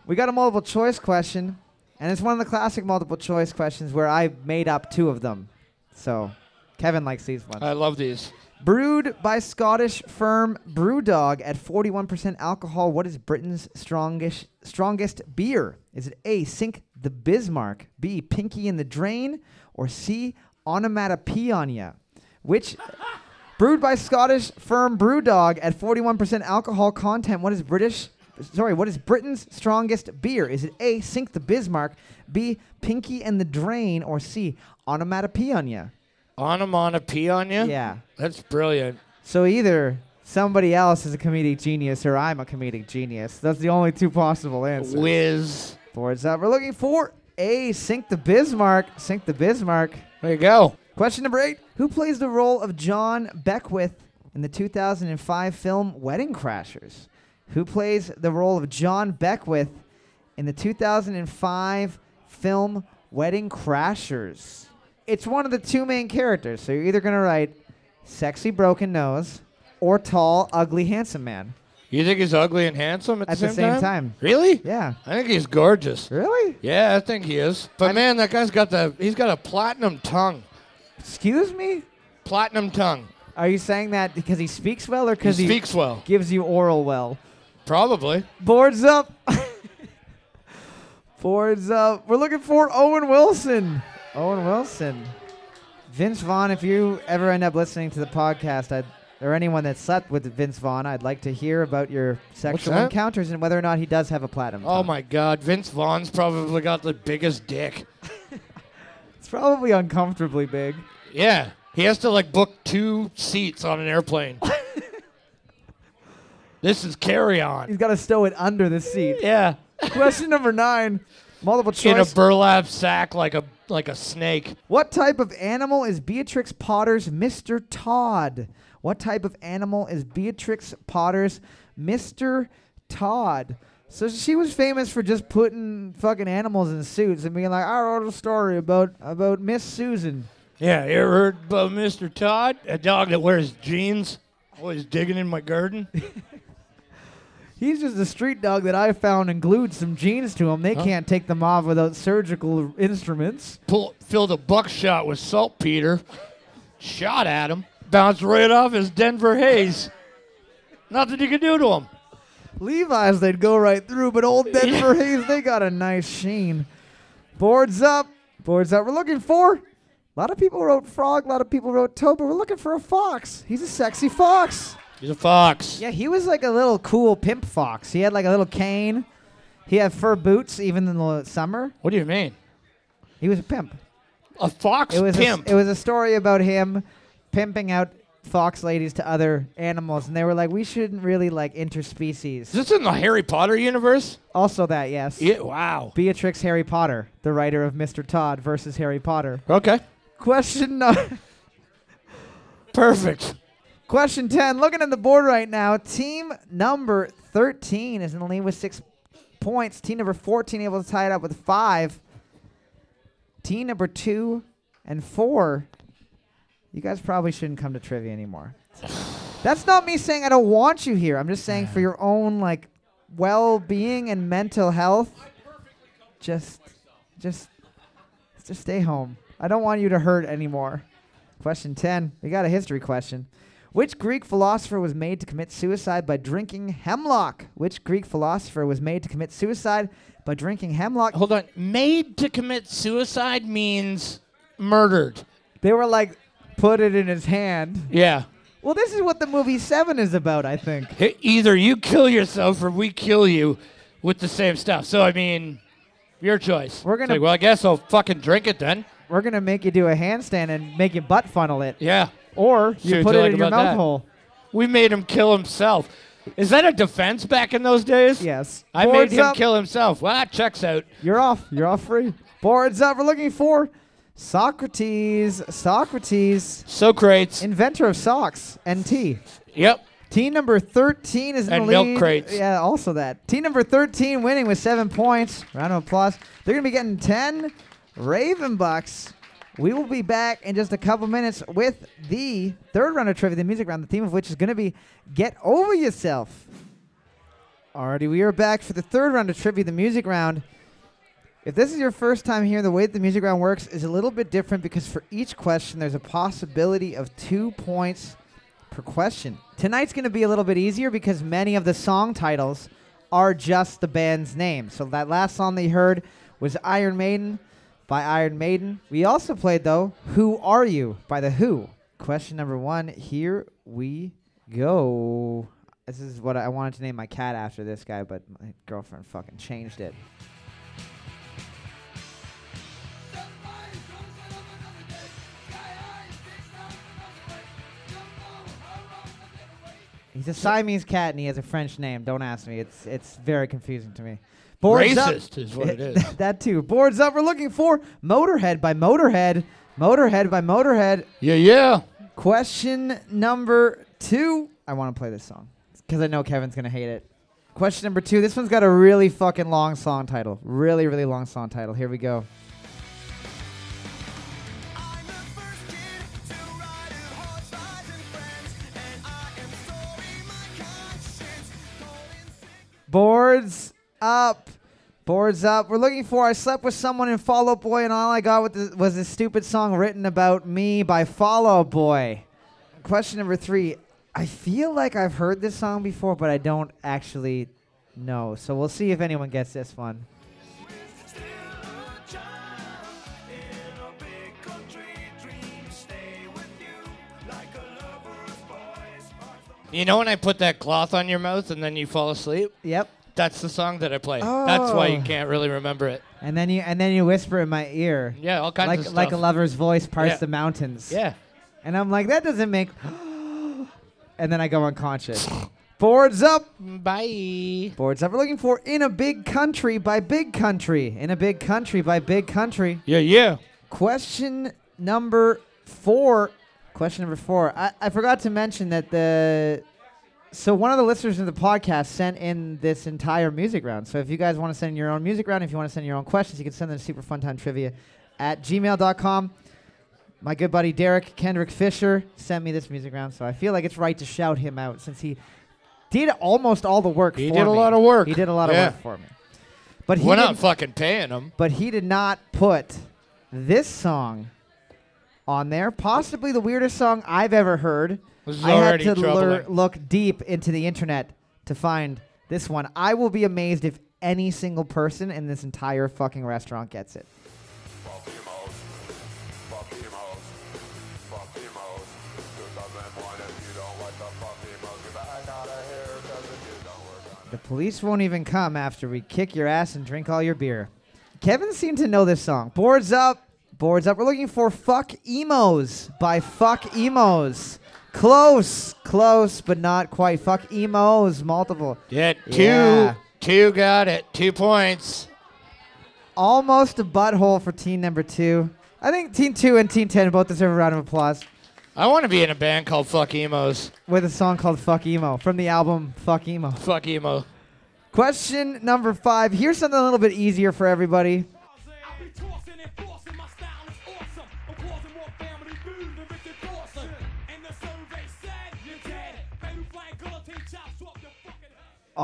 [SPEAKER 1] We got a multiple choice question, and it's one of the classic multiple choice questions where I made up two of them. So Kevin likes these ones.
[SPEAKER 2] I love these.
[SPEAKER 1] Brewed by Scottish firm BrewDog at 41% alcohol, what is Britain's strongest strongest beer? Is it A. Sink the Bismarck, B. Pinky in the Drain, or C. Onomatopoeia? Which brewed by Scottish firm BrewDog at 41% alcohol content, what is British? Sorry, what is Britain's strongest beer? Is it A. Sink the Bismarck, B. Pinky and the Drain, or C. Onomatopoeia?
[SPEAKER 2] Onomatopoeia on you?
[SPEAKER 1] Yeah.
[SPEAKER 2] That's brilliant.
[SPEAKER 1] So either somebody else is a comedic genius or I'm a comedic genius. That's the only two possible answers.
[SPEAKER 2] Whiz.
[SPEAKER 1] Boards up. We're looking for A. Sink the Bismarck. Sink the Bismarck.
[SPEAKER 2] There you go.
[SPEAKER 1] Question number eight Who plays the role of John Beckwith in the 2005 film Wedding Crashers? Who plays the role of John Beckwith in the 2005 film Wedding Crashers? It's one of the two main characters, so you're either going to write sexy broken nose or tall, ugly, handsome man.
[SPEAKER 2] You think he's ugly and handsome at,
[SPEAKER 1] At the same time.
[SPEAKER 2] Really?
[SPEAKER 1] Yeah.
[SPEAKER 2] I think he's gorgeous.
[SPEAKER 1] Really?
[SPEAKER 2] Yeah, I think he is. But man, that guy's got the he's got a platinum tongue.
[SPEAKER 1] Excuse me?
[SPEAKER 2] Platinum tongue.
[SPEAKER 1] Are you saying that because he speaks well or
[SPEAKER 2] He
[SPEAKER 1] because he,
[SPEAKER 2] speaks well.
[SPEAKER 1] gives you oral well?
[SPEAKER 2] Probably.
[SPEAKER 1] Boards up. Boards up. We're looking for Owen Wilson. Owen Wilson. Vince Vaughn, if you ever end up listening to the podcast, I'd, or anyone that slept with Vince Vaughn, I'd like to hear about your sexual
[SPEAKER 2] that?
[SPEAKER 1] encounters and whether or not he does have a platinum.
[SPEAKER 2] Oh
[SPEAKER 1] tongue.
[SPEAKER 2] my god, Vince Vaughn's probably got the biggest dick.
[SPEAKER 1] It's probably uncomfortably big.
[SPEAKER 2] Yeah. He has to like book two seats on an airplane. this is carry on.
[SPEAKER 1] He's got to stow it under the seat.
[SPEAKER 2] Yeah.
[SPEAKER 1] Question number nine. Multiple
[SPEAKER 2] In a
[SPEAKER 1] choice.
[SPEAKER 2] burlap sack like a like a snake.
[SPEAKER 1] What type of animal is Beatrix Potter's Mr. Todd? What type of animal is Beatrix Potter's Mr. Todd? So she was famous for just putting fucking animals in suits and being like, I wrote a story about about Miss Susan.
[SPEAKER 2] Yeah, you ever heard about Mr. Todd? A dog that wears jeans, always digging in my garden.
[SPEAKER 1] He's just a street dog that I found and glued some jeans to him. They can't take them off without surgical instruments.
[SPEAKER 2] Pull, filled a buckshot with saltpeter, shot at him, bounced right off his Denver haze. Nothing you could do to him.
[SPEAKER 1] Levi's they'd go right through, but old Denver Hayes they got a nice sheen. Boards up, boards up. We're looking for. A lot of people wrote frog, a lot of people wrote toad, but we're looking for a fox. He's a sexy fox.
[SPEAKER 2] He's a fox.
[SPEAKER 1] Yeah, he was like a little cool pimp fox. He had like a little cane. He had fur boots even in the summer.
[SPEAKER 2] What do you mean?
[SPEAKER 1] He was a pimp.
[SPEAKER 2] A fox
[SPEAKER 1] It was
[SPEAKER 2] pimp.
[SPEAKER 1] A, it was a story about him pimping out fox ladies to other animals, and they were like, we shouldn't really like interspecies.
[SPEAKER 2] Is this in the Harry Potter universe?
[SPEAKER 1] Also, that yes.
[SPEAKER 2] Yeah, wow.
[SPEAKER 1] Beatrix Harry Potter, the writer of Mr. Todd versus Harry Potter.
[SPEAKER 2] Okay.
[SPEAKER 1] Question number.
[SPEAKER 2] Perfect.
[SPEAKER 1] Question 10. Looking at the board right now, team number 13 is in the lead with six points. Team number 14 able to tie it up with five. Team number two and four. You guys probably shouldn't come to trivia anymore. That's not me saying I don't want you here. I'm just saying for your own like well-being and mental health, just just just stay home. I don't want you to hurt anymore. Question 10. We got a history question. Which Greek philosopher was made to commit suicide by drinking hemlock? Which Greek philosopher was made to commit suicide by drinking hemlock?
[SPEAKER 2] Hold on. Made to commit suicide means murdered.
[SPEAKER 1] They were like, put it in his hand.
[SPEAKER 2] Yeah.
[SPEAKER 1] Well, this is what the movie Seven is about, I think.
[SPEAKER 2] E- Either you kill yourself or we kill you with the same stuff. So, I mean, your choice.
[SPEAKER 1] We're
[SPEAKER 2] It's
[SPEAKER 1] gonna-
[SPEAKER 2] like, well, I guess I'll fucking drink it then.
[SPEAKER 1] We're going to make you do a handstand and make you butt funnel it.
[SPEAKER 2] Yeah.
[SPEAKER 1] Or you
[SPEAKER 2] See what
[SPEAKER 1] put
[SPEAKER 2] you
[SPEAKER 1] it
[SPEAKER 2] like
[SPEAKER 1] in your
[SPEAKER 2] about
[SPEAKER 1] mouth
[SPEAKER 2] that.
[SPEAKER 1] hole.
[SPEAKER 2] We made him kill himself. Is that a defense back in those days?
[SPEAKER 1] Yes.
[SPEAKER 2] I
[SPEAKER 1] Boards
[SPEAKER 2] made him
[SPEAKER 1] up.
[SPEAKER 2] kill himself. Well, that checks out.
[SPEAKER 1] You're off. You're off free. Boards up. We're looking for Socrates. Socrates,
[SPEAKER 2] Socrates.
[SPEAKER 1] inventor of socks and tea.
[SPEAKER 2] yep.
[SPEAKER 1] Team number 13 is in
[SPEAKER 2] And
[SPEAKER 1] the
[SPEAKER 2] milk
[SPEAKER 1] lead.
[SPEAKER 2] crates.
[SPEAKER 1] Yeah, also that. Team number 13 winning with seven points. Round of applause. They're going to be getting 10 Raven Bucks. We will be back in just a couple minutes with the third round of trivia, the music round, the theme of which is going to be Get Over Yourself. Alrighty, we are back for the third round of trivia, the music round. If this is your first time here, the way that the music round works is a little bit different because for each question, there's a possibility of two points per question. Tonight's going to be a little bit easier because many of the song titles are just the band's name. So that last song that you heard was Iron Maiden by Iron Maiden. We also played, though, Who Are You by The Who. Question number one. Here we go. This is what I wanted to name my cat after this guy, but my girlfriend fucking changed it. He's a Siamese cat and he has a French name. Don't ask me. It's it's very confusing to me. Boards up.
[SPEAKER 2] Racist is what it is.
[SPEAKER 1] that too. Boards up. We're looking for Motorhead by Motorhead. Motorhead by Motorhead.
[SPEAKER 2] yeah, yeah.
[SPEAKER 1] Question number two. I want to play this song because I know Kevin's going to hate it. Question number two. This one's got a really fucking long song title. Really, really long song title. Here we go. Boards up. Boards up. We're looking for I Slept With Someone in Fall Out Boy, and all I got with this, was this stupid song written about me by Fall Out Boy. Question number three. I feel like I've heard this song before, but I don't actually know. So we'll see if anyone gets this one.
[SPEAKER 2] You know when I put that cloth on your mouth and then you fall asleep?
[SPEAKER 1] Yep.
[SPEAKER 2] That's the song that I play. That's why you
[SPEAKER 1] Oh.
[SPEAKER 2] can't really remember it.
[SPEAKER 1] And then you and then you whisper in my ear.
[SPEAKER 2] Yeah, all kinds of
[SPEAKER 1] Like
[SPEAKER 2] stuff.
[SPEAKER 1] like a lover's voice parts
[SPEAKER 2] Yeah.
[SPEAKER 1] the mountains.
[SPEAKER 2] Yeah.
[SPEAKER 1] And I'm like, that doesn't make and then I go unconscious. Boards up.
[SPEAKER 2] Bye.
[SPEAKER 1] boards that we're looking for in a big country by big country in a big country by big country
[SPEAKER 2] Yeah, yeah.
[SPEAKER 1] question number four question number four i, I forgot to mention that the so one of the listeners of the podcast sent in this entire music round so if you guys want to send in your own music round if you want to send your own questions you can send them to superfuntimetrivia at gmail.com my good buddy derek kendrick fisher sent me this music round so i feel like it's right to shout him out since he did almost all the work
[SPEAKER 2] He
[SPEAKER 1] for
[SPEAKER 2] did
[SPEAKER 1] me.
[SPEAKER 2] a lot of work.
[SPEAKER 1] he did a lot
[SPEAKER 2] Yeah.
[SPEAKER 1] of work for me but he
[SPEAKER 2] We're
[SPEAKER 1] did
[SPEAKER 2] not fucking paying them.
[SPEAKER 1] but he did not put this song on there. Possibly the weirdest song I've ever heard.
[SPEAKER 2] This is
[SPEAKER 1] I had
[SPEAKER 2] already
[SPEAKER 1] to lure,
[SPEAKER 2] troubling.
[SPEAKER 1] look deep into the internet to find this one. I will be amazed if any single person in this entire fucking restaurant gets it.
[SPEAKER 3] I gotta hear it 'cause if you don't, we're gonna
[SPEAKER 1] The police won't even come after we kick your ass and drink all your beer. Kevin seemed to know this song. Boards up, boards up. We're looking for Fuck Emos by Fuck Emos. Close, close, but not quite. Fuck Emos, multiple.
[SPEAKER 2] Yeah, two,
[SPEAKER 1] Yeah.
[SPEAKER 2] two got it. Two points.
[SPEAKER 1] Almost a butthole for team number two. I think team two and team 10 both deserve a round of applause
[SPEAKER 2] I want to be in a band called Fuck Emos.
[SPEAKER 1] with a song called Fuck Emo from the album Fuck Emo.
[SPEAKER 2] Fuck Emo.
[SPEAKER 1] Question number five. Here's something a little bit easier for everybody.
[SPEAKER 3] I be tossing and forcing, my style is awesome. I'm causing more family food than Richard Dawson. And the survey said you're dead. Baby flying guillotine chops off your fucking head.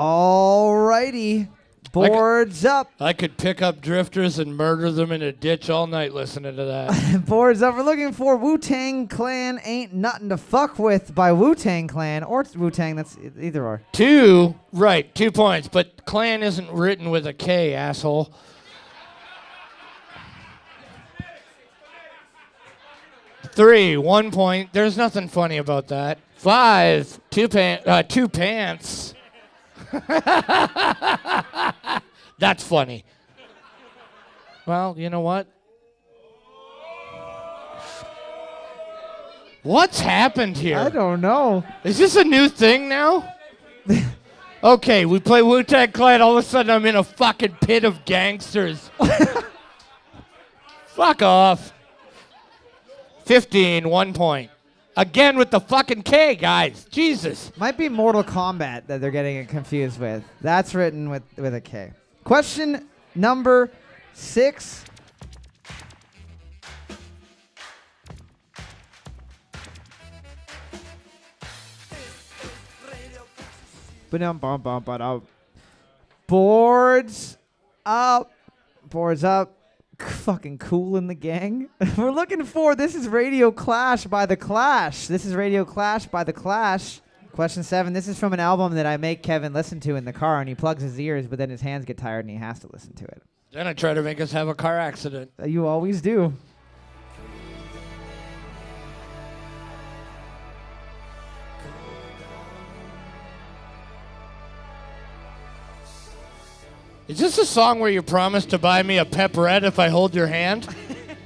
[SPEAKER 1] Alrighty. Boards up.
[SPEAKER 2] I could pick up drifters and murder them in a ditch all night listening to that.
[SPEAKER 1] Boards up. We're looking for Wu Tang Clan Ain't Nothing to Fuck With by Wu Tang Clan or Wu Tang. That's e- either or.
[SPEAKER 2] two, right, two points. But clan isn't written with a K, asshole. Three, one point. There's nothing funny about that. Five, two pants. Uh, two pants. That's funny. Well, you know what? What's happened here?
[SPEAKER 1] I don't know.
[SPEAKER 2] Is this a new thing now? okay, we play Wu Tang Clan. All of a sudden, I'm in a fucking pit of gangsters. Fuck off. 15, one point. Again with the fucking K, guys. Jesus.
[SPEAKER 1] Might be Mortal Kombat that they're getting it confused with. That's written with, with a K. Question number six. Ba-dum-bum-bum-ba-dum. Boards up. Boards up. C- Fucking cool in the gang. We're looking for this is Radio Clash by The Clash. This is Radio Clash by The Clash. Question seven. This is from an album that I make Kevin listen to in the car, and he plugs his ears, but then his hands get tired and he has to listen to it.
[SPEAKER 2] Then I try to make us have a car accident.
[SPEAKER 1] Uh, You always do.
[SPEAKER 2] Is this a song where you promised to buy me a pepperette if I hold your hand?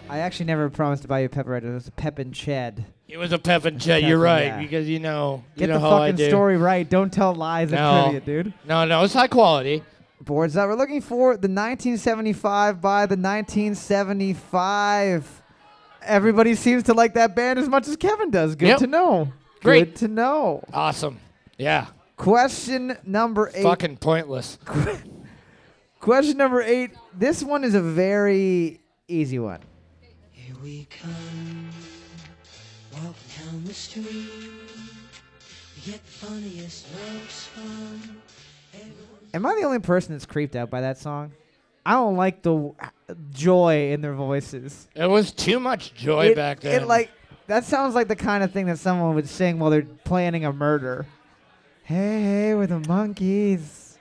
[SPEAKER 1] I actually never promised to buy you pepperoni. It was Pep and Chad.
[SPEAKER 2] It was a pep and chet. You're
[SPEAKER 1] Pep and-
[SPEAKER 2] right,
[SPEAKER 1] yeah.
[SPEAKER 2] because you know, you
[SPEAKER 1] Get
[SPEAKER 2] know
[SPEAKER 1] the
[SPEAKER 2] how I
[SPEAKER 1] fucking
[SPEAKER 2] do.
[SPEAKER 1] story right. Don't tell lies
[SPEAKER 2] No.
[SPEAKER 1] at trivia, dude.
[SPEAKER 2] No, no, it's high quality.
[SPEAKER 1] boards that we're looking for the 1975 by the 1975 everybody seems to like that band as much as kevin does good
[SPEAKER 2] Yep.
[SPEAKER 1] to know
[SPEAKER 2] Great.
[SPEAKER 1] good to know
[SPEAKER 2] Awesome. Yeah.
[SPEAKER 1] question number eight
[SPEAKER 2] Fucking pointless.
[SPEAKER 1] question number eight this one is a very easy one
[SPEAKER 4] Here we come, walk down the street. We get the funniest looks from
[SPEAKER 1] am i the only person that's creeped out by that song i don't like the w- joy in their voices
[SPEAKER 2] It was too much joy
[SPEAKER 1] it,
[SPEAKER 2] back
[SPEAKER 1] it,
[SPEAKER 2] then.
[SPEAKER 1] like that sounds like the kind of thing that someone would sing while they're planning a murder. Hey, hey, we're the monkeys.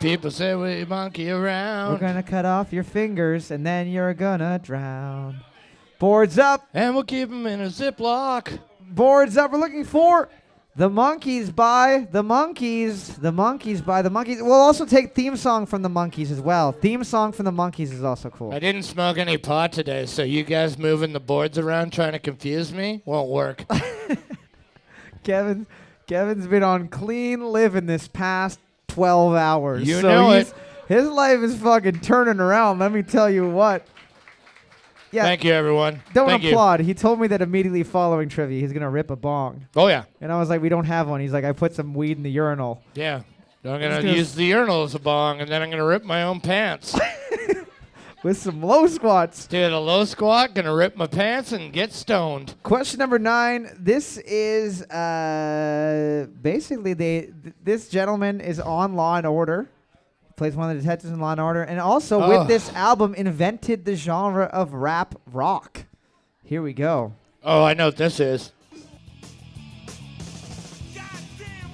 [SPEAKER 2] people say we monkey
[SPEAKER 1] We're
[SPEAKER 2] around
[SPEAKER 1] gonna cut off your fingers and then you're gonna drown. Boards up,
[SPEAKER 2] and we'll keep them in a ziploc.
[SPEAKER 1] boards up. We're looking for the monkeys by the monkeys. The monkeys by the monkeys. We'll also take theme song from the monkeys as well. Theme song from the monkeys is also cool.
[SPEAKER 2] I didn't smoke any pot today, so you guys moving the boards around trying to confuse me won't work.
[SPEAKER 1] Kevin, Kevin's been on clean living this past 12 hours.
[SPEAKER 2] You
[SPEAKER 1] so
[SPEAKER 2] know
[SPEAKER 1] he's-
[SPEAKER 2] it.
[SPEAKER 1] His life is fucking turning around. Let me tell you what. Yeah,
[SPEAKER 2] Thank you, everyone.
[SPEAKER 1] don't
[SPEAKER 2] Thank you.
[SPEAKER 1] applaud. He told me that immediately following trivia, he's gonna rip a bong,
[SPEAKER 2] Oh yeah,
[SPEAKER 1] and I was like, "We don't have one." He's like, "I put some weed in the urinal."
[SPEAKER 2] yeah. I'm
[SPEAKER 1] Let's
[SPEAKER 2] gonna
[SPEAKER 1] do a-
[SPEAKER 2] use the urinal as a bong, and then I'm gonna rip my own pants.
[SPEAKER 1] with some low squats.
[SPEAKER 2] Did a low squat, gonna rip my pants and get stoned.
[SPEAKER 1] Question number nine. This is uh, basically they. Th- this gentleman is on Law and Order. He plays one of the detectives in Law and Order, and also
[SPEAKER 2] Ugh.
[SPEAKER 1] with this album invented the genre of rap rock. Here we go.
[SPEAKER 2] Oh, I know what this is.
[SPEAKER 3] Goddamn,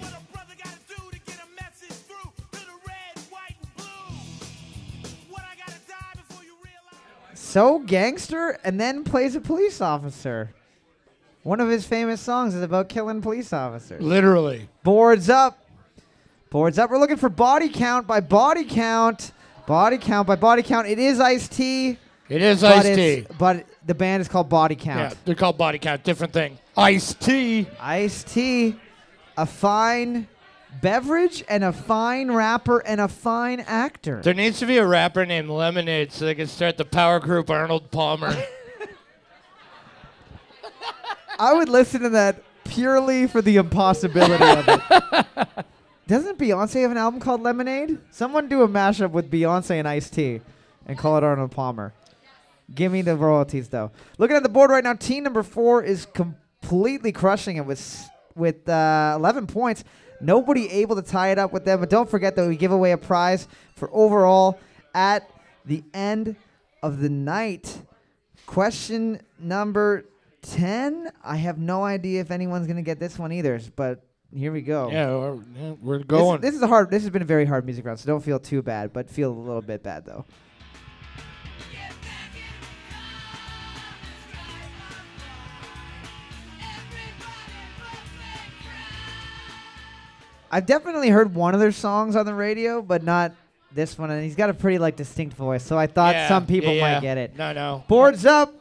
[SPEAKER 3] what a brother gotta do to get a message through to the red, white, and blue. What I gotta die before you realize.
[SPEAKER 1] So gangster, and then plays a police officer. One of his famous songs is about killing police officers.
[SPEAKER 2] Literally.
[SPEAKER 1] Boards up. Boards up. We're looking for body count by body count. Body count by body count. It is Ice T.
[SPEAKER 2] It is
[SPEAKER 1] But,
[SPEAKER 2] Ice
[SPEAKER 1] it's-
[SPEAKER 2] T.
[SPEAKER 1] but the band is called Body Count.
[SPEAKER 2] Yeah, they're called body count. Different thing. Ice T.
[SPEAKER 1] Ice T, a fine beverage and a fine rapper and a fine actor.
[SPEAKER 2] There needs to be a rapper named Lemonade so they can start the power group Arnold Palmer.
[SPEAKER 1] I would listen to that purely for the impossibility of it. Doesn't Beyonce have an album called Lemonade? Someone do a mashup with Beyonce and Ice T and call it Arnold Palmer. Give me the royalties though. Looking at the board right now, team number four is completely crushing it with s- with uh, 11 points. Nobody able to tie it up with them. But don't forget that we give away a prize for overall at the end of the night. Question number 10. I have no idea if anyone's going to get this one either, but here we go.
[SPEAKER 2] yeah, we're, yeah, we're
[SPEAKER 1] This-
[SPEAKER 2] going.
[SPEAKER 1] This, is a hard. This has been a very hard music round, so don't feel too bad, but feel a little bit bad though. I've definitely heard one of their songs on the radio, but not this one. And he's got a pretty like distinct voice, so I thought
[SPEAKER 2] Yeah,
[SPEAKER 1] some people
[SPEAKER 2] yeah,
[SPEAKER 1] might get it.
[SPEAKER 2] No, no.
[SPEAKER 1] Boards up.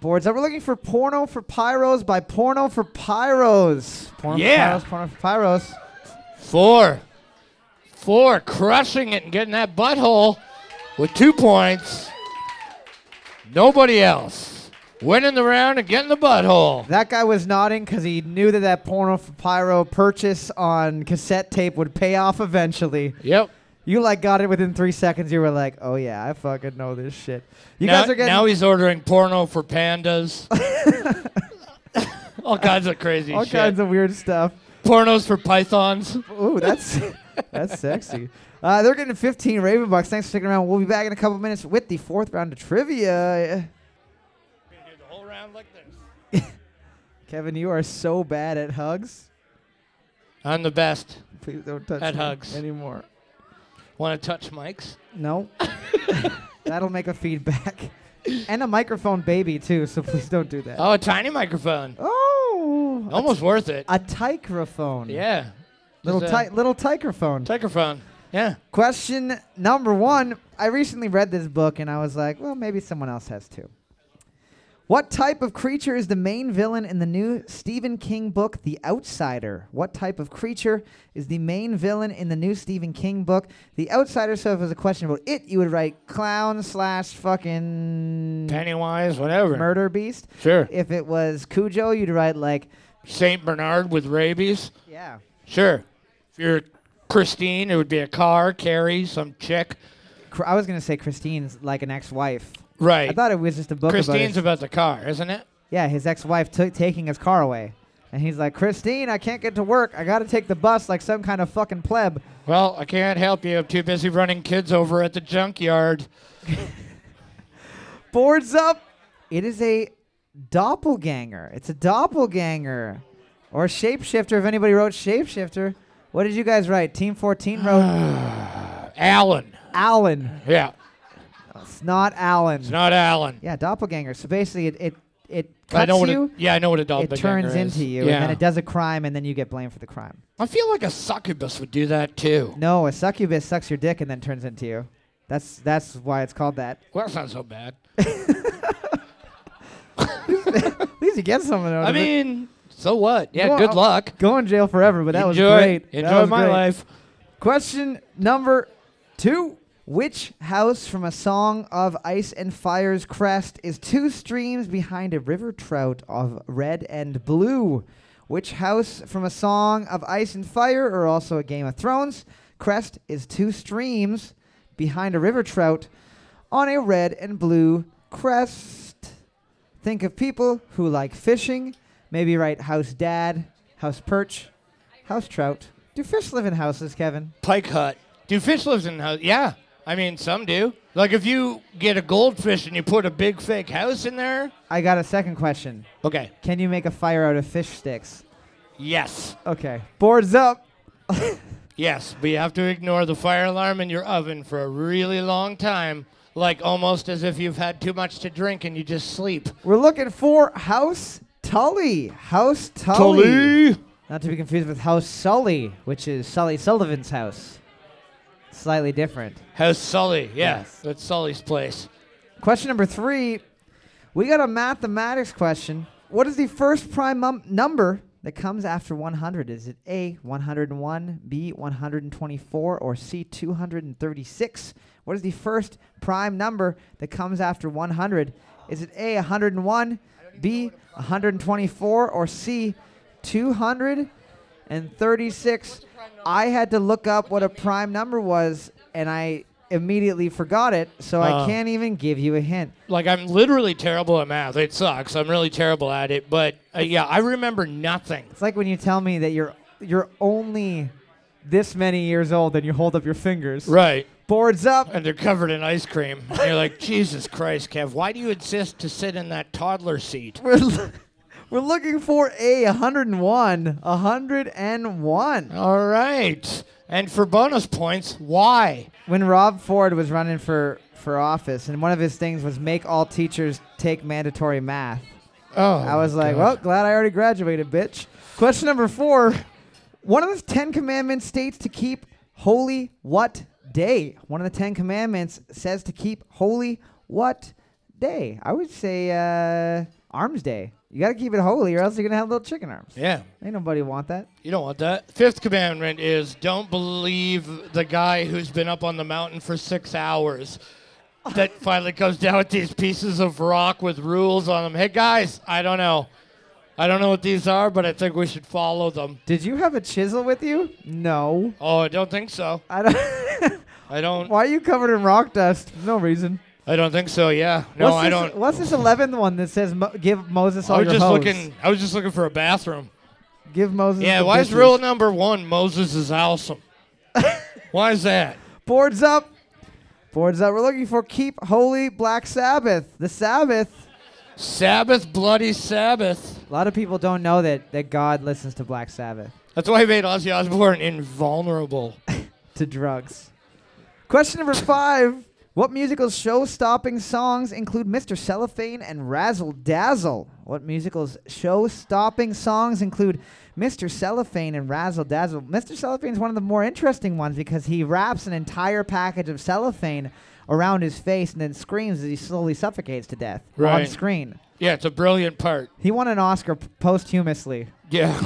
[SPEAKER 1] Boards up. We're looking for porno for pyros by porno for pyros. Porno
[SPEAKER 2] Yeah.
[SPEAKER 1] for pyros, porno for pyros.
[SPEAKER 2] Four. Four. Crushing it and getting that butthole with two points. Nobody else. Winning the round and getting the butthole.
[SPEAKER 1] That guy was nodding because he knew that that porno for pyro purchase on cassette tape would pay off eventually.
[SPEAKER 2] Yep.
[SPEAKER 1] You like got it within three seconds. You were like, "Oh yeah, I fucking know this shit." You
[SPEAKER 2] now,
[SPEAKER 1] guys are getting
[SPEAKER 2] now he's ordering porno for pandas. all kinds of crazy
[SPEAKER 1] all
[SPEAKER 2] shit.
[SPEAKER 1] kinds of weird stuff.
[SPEAKER 2] Pornos for pythons.
[SPEAKER 1] Ooh, that's that's sexy. Uh, they're getting 15 Raven bucks. Thanks for sticking around. We'll be back in a couple minutes with the fourth round of trivia. Kevin, you are so bad at hugs.
[SPEAKER 2] I'm the best.
[SPEAKER 1] Please don't touch
[SPEAKER 2] At
[SPEAKER 1] me
[SPEAKER 2] hugs.
[SPEAKER 1] anymore.
[SPEAKER 2] Want to touch mics?
[SPEAKER 1] No. That'll make a feedback. And a microphone baby too, so please don't do that.
[SPEAKER 2] Oh, a tiny microphone.
[SPEAKER 1] Oh, a-
[SPEAKER 2] Uh, Almost worth it.
[SPEAKER 1] a microphone.
[SPEAKER 2] yeah.
[SPEAKER 1] little
[SPEAKER 2] Just a
[SPEAKER 1] tight, little microphone.
[SPEAKER 2] Microphone. Yeah.
[SPEAKER 1] Question number one. I recently read this book and I was like, well, maybe someone else has too. What type of creature is the main villain in the new Stephen King book, The Outsider? What type of creature is the main villain in the new Stephen King book, The Outsider? So if it was a question about it, you would write clown slash fucking
[SPEAKER 2] Pennywise, whatever.
[SPEAKER 1] murder beast.
[SPEAKER 2] Sure.
[SPEAKER 1] If it was Cujo, you'd write like,
[SPEAKER 2] St. Bernard with rabies.
[SPEAKER 1] yeah.
[SPEAKER 2] Sure. If you're Christine, it would be a car, Carrie, some chick.
[SPEAKER 1] Cr- I was gonna say Christine's like an ex-wife.
[SPEAKER 2] Right.
[SPEAKER 1] I thought it was just a book.
[SPEAKER 2] Christine's
[SPEAKER 1] about his-
[SPEAKER 2] about the car, isn't it?
[SPEAKER 1] yeah, his ex-wife took taking his car away, and he's like, Christine, I can't get to work. I gotta take the bus like some kind of fucking pleb.
[SPEAKER 2] Well, I can't help you. I'm too busy running kids over at the junkyard.
[SPEAKER 1] Boards up. It is a doppelganger. It's a doppelganger, or shapeshifter. If anybody wrote shapeshifter, what did you guys write? Team 14 wrote
[SPEAKER 2] Alan.
[SPEAKER 1] Alan.
[SPEAKER 2] Yeah.
[SPEAKER 1] It's not Alan.
[SPEAKER 2] It's not Alan.
[SPEAKER 1] yeah, doppelganger. So basically, it it it cuts
[SPEAKER 2] I know what
[SPEAKER 1] you.
[SPEAKER 2] a, yeah, I know what a
[SPEAKER 1] it
[SPEAKER 2] doppelganger
[SPEAKER 1] turns
[SPEAKER 2] is.
[SPEAKER 1] into you,
[SPEAKER 2] Yeah.
[SPEAKER 1] and then it does a crime, and then you get blamed for the crime.
[SPEAKER 2] I feel like a succubus would do that too.
[SPEAKER 1] No, a succubus sucks your dick and then turns into you. That's that's why it's called that.
[SPEAKER 2] Well, that's not so bad.
[SPEAKER 1] At least you get something. Out
[SPEAKER 2] I
[SPEAKER 1] of it.
[SPEAKER 2] mean, so what? Yeah,
[SPEAKER 1] Go-
[SPEAKER 2] good luck.
[SPEAKER 1] Go in jail forever, but that
[SPEAKER 2] enjoy,
[SPEAKER 1] was great. That
[SPEAKER 2] Enjoy
[SPEAKER 1] was
[SPEAKER 2] my
[SPEAKER 1] great.
[SPEAKER 2] life.
[SPEAKER 1] Question number two: Which house from a song of Ice and Fire's crest is two streams behind a river trout of red and blue? Which house from a song of Ice and Fire, or also a Game of Thrones crest, is two streams behind a river trout on a red and blue crest? Think of people who like fishing. Maybe write house dad, house perch, house trout. Do fish live in houses, Kevin?
[SPEAKER 2] Pike Hut. Do fish lives in house? Yeah. I mean, some do. Like if you get a goldfish and you put a big fake house in there.
[SPEAKER 1] I got a second question.
[SPEAKER 2] Okay.
[SPEAKER 1] Can you make a fire out of fish sticks?
[SPEAKER 2] Yes.
[SPEAKER 1] Okay. Boards up.
[SPEAKER 2] Yes. But you have to ignore the fire alarm in your oven for a really long time, like almost as if you've had too much to drink and you just sleep.
[SPEAKER 1] We're looking for House Tully. House Tully. Not to be confused with House Sully, which is Sully Sullivan's house. Slightly different.
[SPEAKER 2] House Sully, yeah,
[SPEAKER 1] Yes.
[SPEAKER 2] that's Sully's place.
[SPEAKER 1] Question number three. We got a mathematics question. What is the first prime num- number that comes after 100? Is it A, 101, B, 124, or C, 236? What is the first prime number that comes after 100? Is it A, 101, B, 124, or C, 236? I had to look up what a prime number was, and I immediately forgot it, so I
[SPEAKER 2] Oh.
[SPEAKER 1] can't even give you a hint.
[SPEAKER 2] Like I'm literally terrible at math. It sucks. I'm really terrible at it. But uh, yeah, I remember nothing.
[SPEAKER 1] It's like when you tell me that you're you're only this many years old and you hold up your fingers.
[SPEAKER 2] Right.
[SPEAKER 1] Boards up.
[SPEAKER 2] And they're covered in ice cream. And you're like, Jesus Christ, Kev, why do you insist to sit in that toddler seat?
[SPEAKER 1] We're, l- we're looking for a 101. 101.
[SPEAKER 2] All right. And for bonus points, why?
[SPEAKER 1] When Rob Ford was running for, for office, and one of his things was make all teachers take mandatory math.
[SPEAKER 2] Oh,
[SPEAKER 1] I was like, well, glad I already graduated, bitch. Question number four. One of the Ten Commandments states to keep holy what day? One of the Ten Commandments says to keep holy what day? I would say uh, Arms Day. You got to keep it holy or else you're going to have little chicken arms.
[SPEAKER 2] yeah,
[SPEAKER 1] Ain't nobody want that.
[SPEAKER 2] you don't want that. Fifth commandment is don't believe the guy who's been up on the mountain for six hours. That finally comes down with these pieces of rock with rules on them. Hey guys, I don't know, I don't know what these are, but I think we should follow them.
[SPEAKER 1] Did you have a chisel with you? No.
[SPEAKER 2] Oh, I don't think so.
[SPEAKER 1] I don't.
[SPEAKER 2] I don't.
[SPEAKER 1] Why are you covered in rock dust? No reason.
[SPEAKER 2] I don't think so. Yeah. No,
[SPEAKER 1] what's
[SPEAKER 2] I
[SPEAKER 1] this,
[SPEAKER 2] don't.
[SPEAKER 1] What's this eleventh one that says Mo- give Moses all
[SPEAKER 2] I was
[SPEAKER 1] your
[SPEAKER 2] just
[SPEAKER 1] hoes"?
[SPEAKER 2] looking. I was just looking for a bathroom.
[SPEAKER 1] Give Moses.
[SPEAKER 2] Yeah.
[SPEAKER 1] the
[SPEAKER 2] Why is
[SPEAKER 1] bitches.
[SPEAKER 2] rule number one Moses is awesome? why is that?
[SPEAKER 1] Boards up. Boards up. We're looking for keep holy Black Sabbath. The Sabbath.
[SPEAKER 2] Sabbath, bloody Sabbath.
[SPEAKER 1] A lot of people don't know that that God listens to Black Sabbath
[SPEAKER 2] That's why he made Ozzy Osbourne invulnerable.
[SPEAKER 1] to drugs. Question number five. What musical's show-stopping songs include Mr. Cellophane and Razzle Dazzle? What musical's show-stopping songs include Mr. Cellophane and Razzle Dazzle? Mr. Cellophane is one of the more interesting ones because he wraps an entire package of cellophane around his face and then screams as he slowly suffocates to death on
[SPEAKER 2] Right.
[SPEAKER 1] screen.
[SPEAKER 2] yeah, it's a brilliant part.
[SPEAKER 1] He won an Oscar p- posthumously.
[SPEAKER 2] Yeah.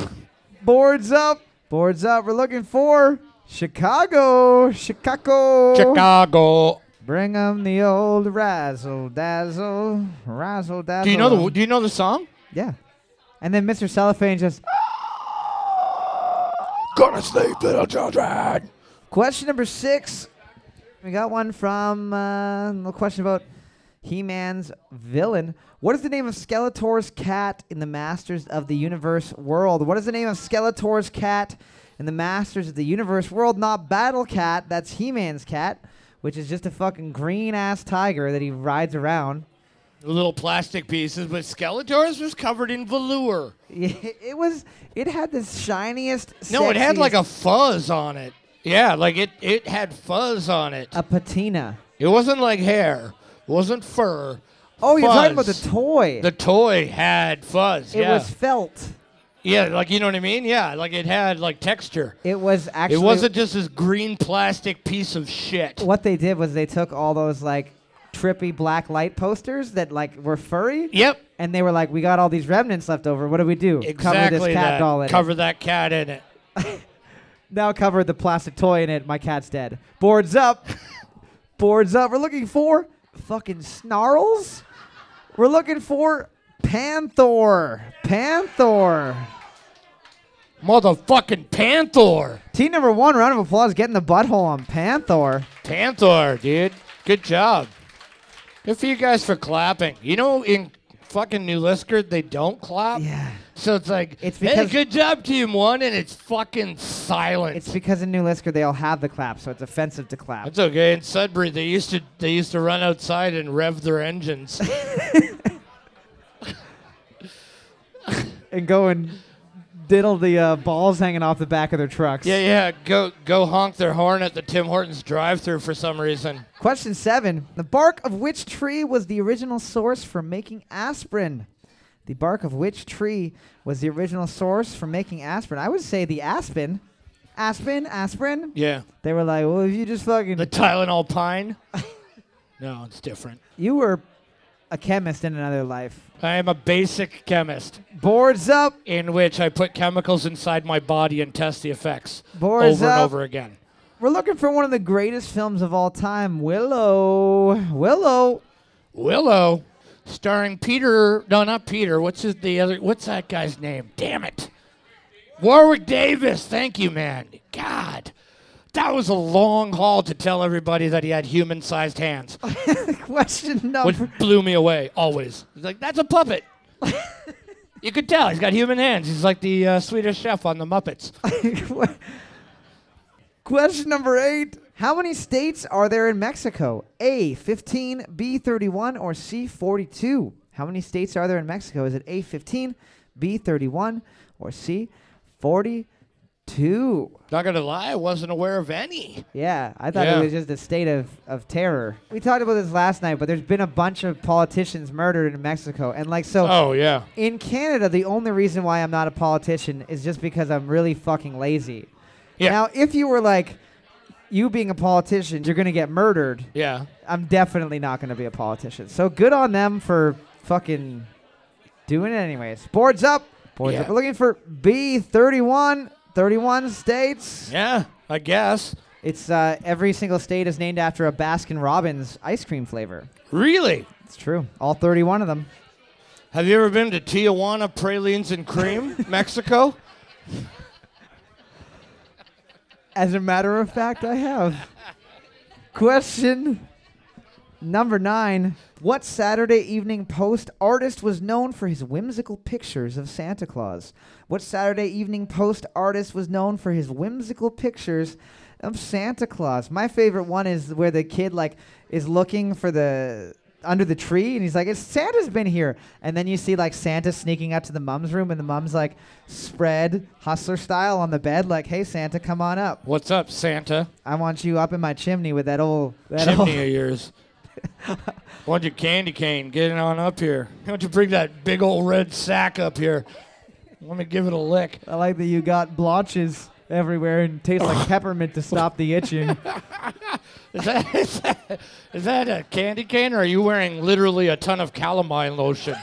[SPEAKER 1] Boards up, boards up. We're looking for Chicago, Chicago.
[SPEAKER 2] Chicago.
[SPEAKER 1] Bring 'em the old razzle dazzle, razzle dazzle.
[SPEAKER 2] Do you know the Do you know the song?
[SPEAKER 1] yeah. And then Mr. Cellophane just.
[SPEAKER 2] Gonna sleep, little children.
[SPEAKER 1] Question number six. We got one from uh, a little question about He-Man's villain. What is the name of Skeletor's cat in the Masters of the Universe world? What is the name of Skeletor's cat in the Masters of the Universe world? Not Battle Cat. That's He-Man's cat, which is just a fucking green ass tiger that he rides around.
[SPEAKER 2] Little plastic pieces, but Skeletor's was covered in velour.
[SPEAKER 1] It was. It had the shiniest.
[SPEAKER 2] No, it had like
[SPEAKER 1] sexiest-
[SPEAKER 2] a fuzz on it. Yeah, like it it had fuzz on it.
[SPEAKER 1] a patina.
[SPEAKER 2] It wasn't like hair. It wasn't fur.
[SPEAKER 1] Oh, you're talking about the
[SPEAKER 2] Fuzz.
[SPEAKER 1] toy.
[SPEAKER 2] The toy had fuzz.
[SPEAKER 1] it
[SPEAKER 2] yeah.
[SPEAKER 1] was felt.
[SPEAKER 2] yeah, like you know what I mean? Yeah, like it had like texture.
[SPEAKER 1] It was actually.
[SPEAKER 2] it wasn't just this green plastic piece of shit.
[SPEAKER 1] what they did was they took all those like trippy black light posters that like were furry.
[SPEAKER 2] Yep.
[SPEAKER 1] And they were like, we got all these remnants left over. What do we do?
[SPEAKER 2] Exactly
[SPEAKER 1] cover this cat
[SPEAKER 2] that.
[SPEAKER 1] doll in
[SPEAKER 2] cover
[SPEAKER 1] it.
[SPEAKER 2] that cat in it.
[SPEAKER 1] Now cover the plastic toy in it. My cat's dead. Boards up. Boards up. We're looking for fucking snarls. We're looking for Panther. Panther.
[SPEAKER 2] Motherfucking Panther.
[SPEAKER 1] Team number one, round of applause, getting the butthole on Panther.
[SPEAKER 2] Panther, dude. Good job. Good for you guys for clapping. You know, in fucking New Liskard, they don't clap.
[SPEAKER 1] Yeah.
[SPEAKER 2] So it's like,
[SPEAKER 1] It's
[SPEAKER 2] hey,
[SPEAKER 1] because-
[SPEAKER 2] good job, team one, and it's fucking silent.
[SPEAKER 1] It's because in New Lisker they all have the clap, so it's offensive to clap.
[SPEAKER 2] That's okay. In Sudbury, they used to they used to run outside and rev their engines.
[SPEAKER 1] and go and diddle the uh, balls hanging off the back of their trucks.
[SPEAKER 2] yeah, yeah. Go go honk their horn at the Tim Hortons drive-through for some reason.
[SPEAKER 1] Question seven: The bark of which tree was the original source for making aspirin? The bark of which tree was the original source for making aspirin? I would say the aspen. Aspen, aspirin.
[SPEAKER 2] Yeah.
[SPEAKER 1] They were like, well, if you just fucking.
[SPEAKER 2] The Tylenol pine. no, it's different.
[SPEAKER 1] you were a chemist in another life.
[SPEAKER 2] I am a basic chemist
[SPEAKER 1] Boards up.
[SPEAKER 2] in which I put chemicals inside my body and test the effects
[SPEAKER 1] Boards
[SPEAKER 2] over and
[SPEAKER 1] up.
[SPEAKER 2] over again.
[SPEAKER 1] We're looking for one of the greatest films of all time Willow. Willow.
[SPEAKER 2] Willow, starring Peter. No, not Peter. What's his, the other? What's that guy's name? Damn it, Warwick Davis. Thank you, man. God, that was a long haul to tell everybody that he had human-sized hands,
[SPEAKER 1] Question
[SPEAKER 2] which
[SPEAKER 1] number.
[SPEAKER 2] blew me away. Always, It's like that's a puppet. you could tell he's got human hands. He's like the uh, Swedish chef on the Muppets.
[SPEAKER 1] Question number eight. How many states are there in Mexico? A, 15, B, 31, or C, 42? How many states are there in Mexico? Is it A, 15, B, 31, or C, 42?
[SPEAKER 2] Not gonna lie, I wasn't aware of any.
[SPEAKER 1] Yeah, I thought
[SPEAKER 2] Yeah.
[SPEAKER 1] it was just a state of, of terror. We talked about this last night, but there's been a bunch of politicians murdered in Mexico. And, like, so
[SPEAKER 2] Oh yeah.
[SPEAKER 1] in Canada, the only reason why I'm not a politician is just because I'm really fucking lazy.
[SPEAKER 2] Yeah.
[SPEAKER 1] Now, if you were like, you being a politician, you're going to get murdered,
[SPEAKER 2] yeah.
[SPEAKER 1] I'm definitely not going to be a politician. So good on them for fucking doing it anyways. Boards up. Boards
[SPEAKER 2] Yeah.
[SPEAKER 1] up. We're looking for B31. 31 states.
[SPEAKER 2] Yeah. I guess.
[SPEAKER 1] It's uh, every single state is named after a Baskin Robbins ice cream flavor.
[SPEAKER 2] Really.
[SPEAKER 1] It's true. All 31 of them.
[SPEAKER 2] Have you ever been to Tijuana Pralines and Cream, Mexico?
[SPEAKER 1] As a matter of fact, I have. Question number nine. What Saturday Evening Post artist was known for his whimsical pictures of Santa Claus? What Saturday Evening Post artist was known for his whimsical pictures of Santa Claus? My favorite one is where the kid like is looking for the under the tree and he's like, It's Santa's been here and then you see like Santa sneaking up to the mum's room and the mum's like spread hustler style on the bed, like, Hey Santa, come on up.
[SPEAKER 2] What's up, Santa?
[SPEAKER 1] I want you up in my chimney with that old that old
[SPEAKER 2] Chimney of yours. Want your candy cane? Get it on up here. Why don't you bring that big old red sack up here? Let me give it a lick.
[SPEAKER 1] I like that you got blotches everywhere and tastes like peppermint to stop the itching.
[SPEAKER 2] Is that, is that is that a candy cane, or are you wearing literally a ton of calamine lotion?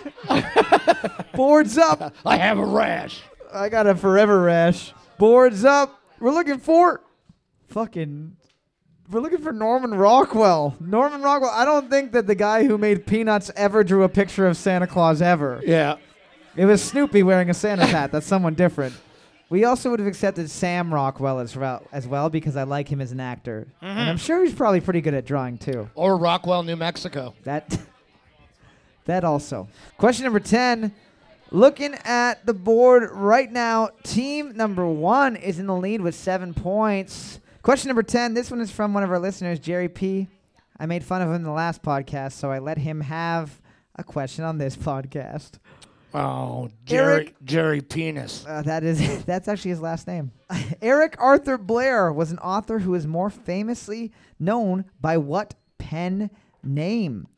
[SPEAKER 1] Boards up.
[SPEAKER 2] I have a rash.
[SPEAKER 1] I got a forever rash. Boards up. We're looking for fucking we're looking for Norman Rockwell. Norman Rockwell. I don't think that the guy who made Peanuts ever drew a picture of Santa Claus ever.
[SPEAKER 2] Yeah.
[SPEAKER 1] It was Snoopy wearing a Santa's hat. That's someone different. We also would have accepted Sam Rockwell as well, as well because I like him as an actor, and I'm sure he's probably pretty good at drawing too.
[SPEAKER 2] Or Rockwell, New Mexico.
[SPEAKER 1] That that also. Question number 10. Looking at the board right now, team number 1 is in the lead with 7 points. Question number 10. This one is from one of our listeners, Jerry P. I made fun of him in the last podcast, so I let him have a question on this podcast.
[SPEAKER 2] Oh,
[SPEAKER 1] Eric-
[SPEAKER 2] Jerry Jerry Penis.
[SPEAKER 1] Uh, that is that's actually his last name. Eric Arthur Blair was an author who is more famously known by what pen name?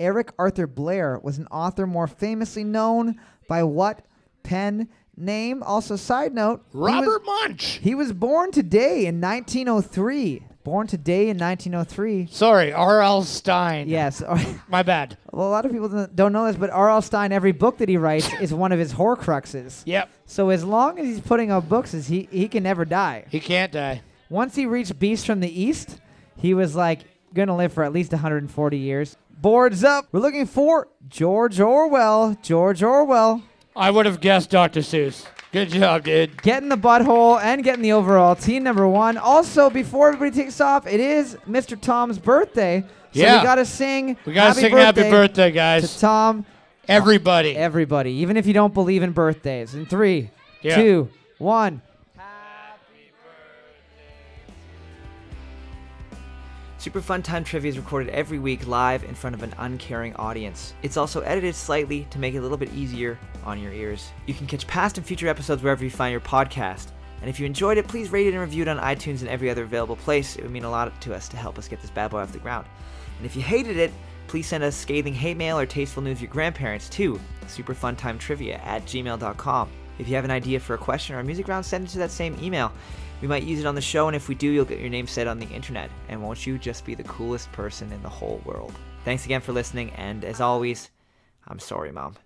[SPEAKER 1] Eric Arthur Blair was an author more famously known by what pen name? Also, side note, he was-
[SPEAKER 2] Robert Munch.
[SPEAKER 1] He was born today in 1903. Born today in 1903.
[SPEAKER 2] Sorry, R.L. Stein.
[SPEAKER 1] Yes.
[SPEAKER 2] My bad.
[SPEAKER 1] Well, a lot of people don't- don't know this, but R.L. Stein, every book that he writes is one of his horcruxes.
[SPEAKER 2] Yep.
[SPEAKER 1] So as long as he's putting out books, is he he can never die.
[SPEAKER 2] He can't die.
[SPEAKER 1] Once he reached Beast from the East, he was like gonna live for at least 140 years. Boards up. We're looking for George Orwell. George Orwell.
[SPEAKER 2] I would have guessed Dr. Seuss. Good job, dude.
[SPEAKER 1] Getting the butthole and getting the overall team number one. Also, before everybody takes off, it is Mr. Tom's birthday. So
[SPEAKER 2] Yeah.
[SPEAKER 1] we gotta sing.
[SPEAKER 2] We gotta
[SPEAKER 1] happy
[SPEAKER 2] sing
[SPEAKER 1] birthday
[SPEAKER 2] happy birthday,
[SPEAKER 1] to
[SPEAKER 2] guys.
[SPEAKER 1] Tom.
[SPEAKER 2] Everybody.
[SPEAKER 1] Everybody, even if you don't believe in birthdays. In three, two, one.
[SPEAKER 2] Yeah.
[SPEAKER 5] Super Fun Time Trivia is recorded every week live in front of an uncaring audience. It's also edited slightly to make it a little bit easier on your ears. You can catch past and future episodes wherever you find your podcast. And if you enjoyed it, please rate it and review it on iTunes and every other available place. It would mean a lot to us to help us get this bad boy off the ground. And if you hated it,
[SPEAKER 1] Please send us scathing hate mail or tasteful news of your grandparents too. Superfuntimetrivia at gmail.com. If you have an idea for a question or a music round, send it to that same email. We might use it on the show, and if we do, you'll get your name said on the internet. And won't you just be the coolest person in the whole world? Thanks again for listening, and as always, I'm sorry, Mom.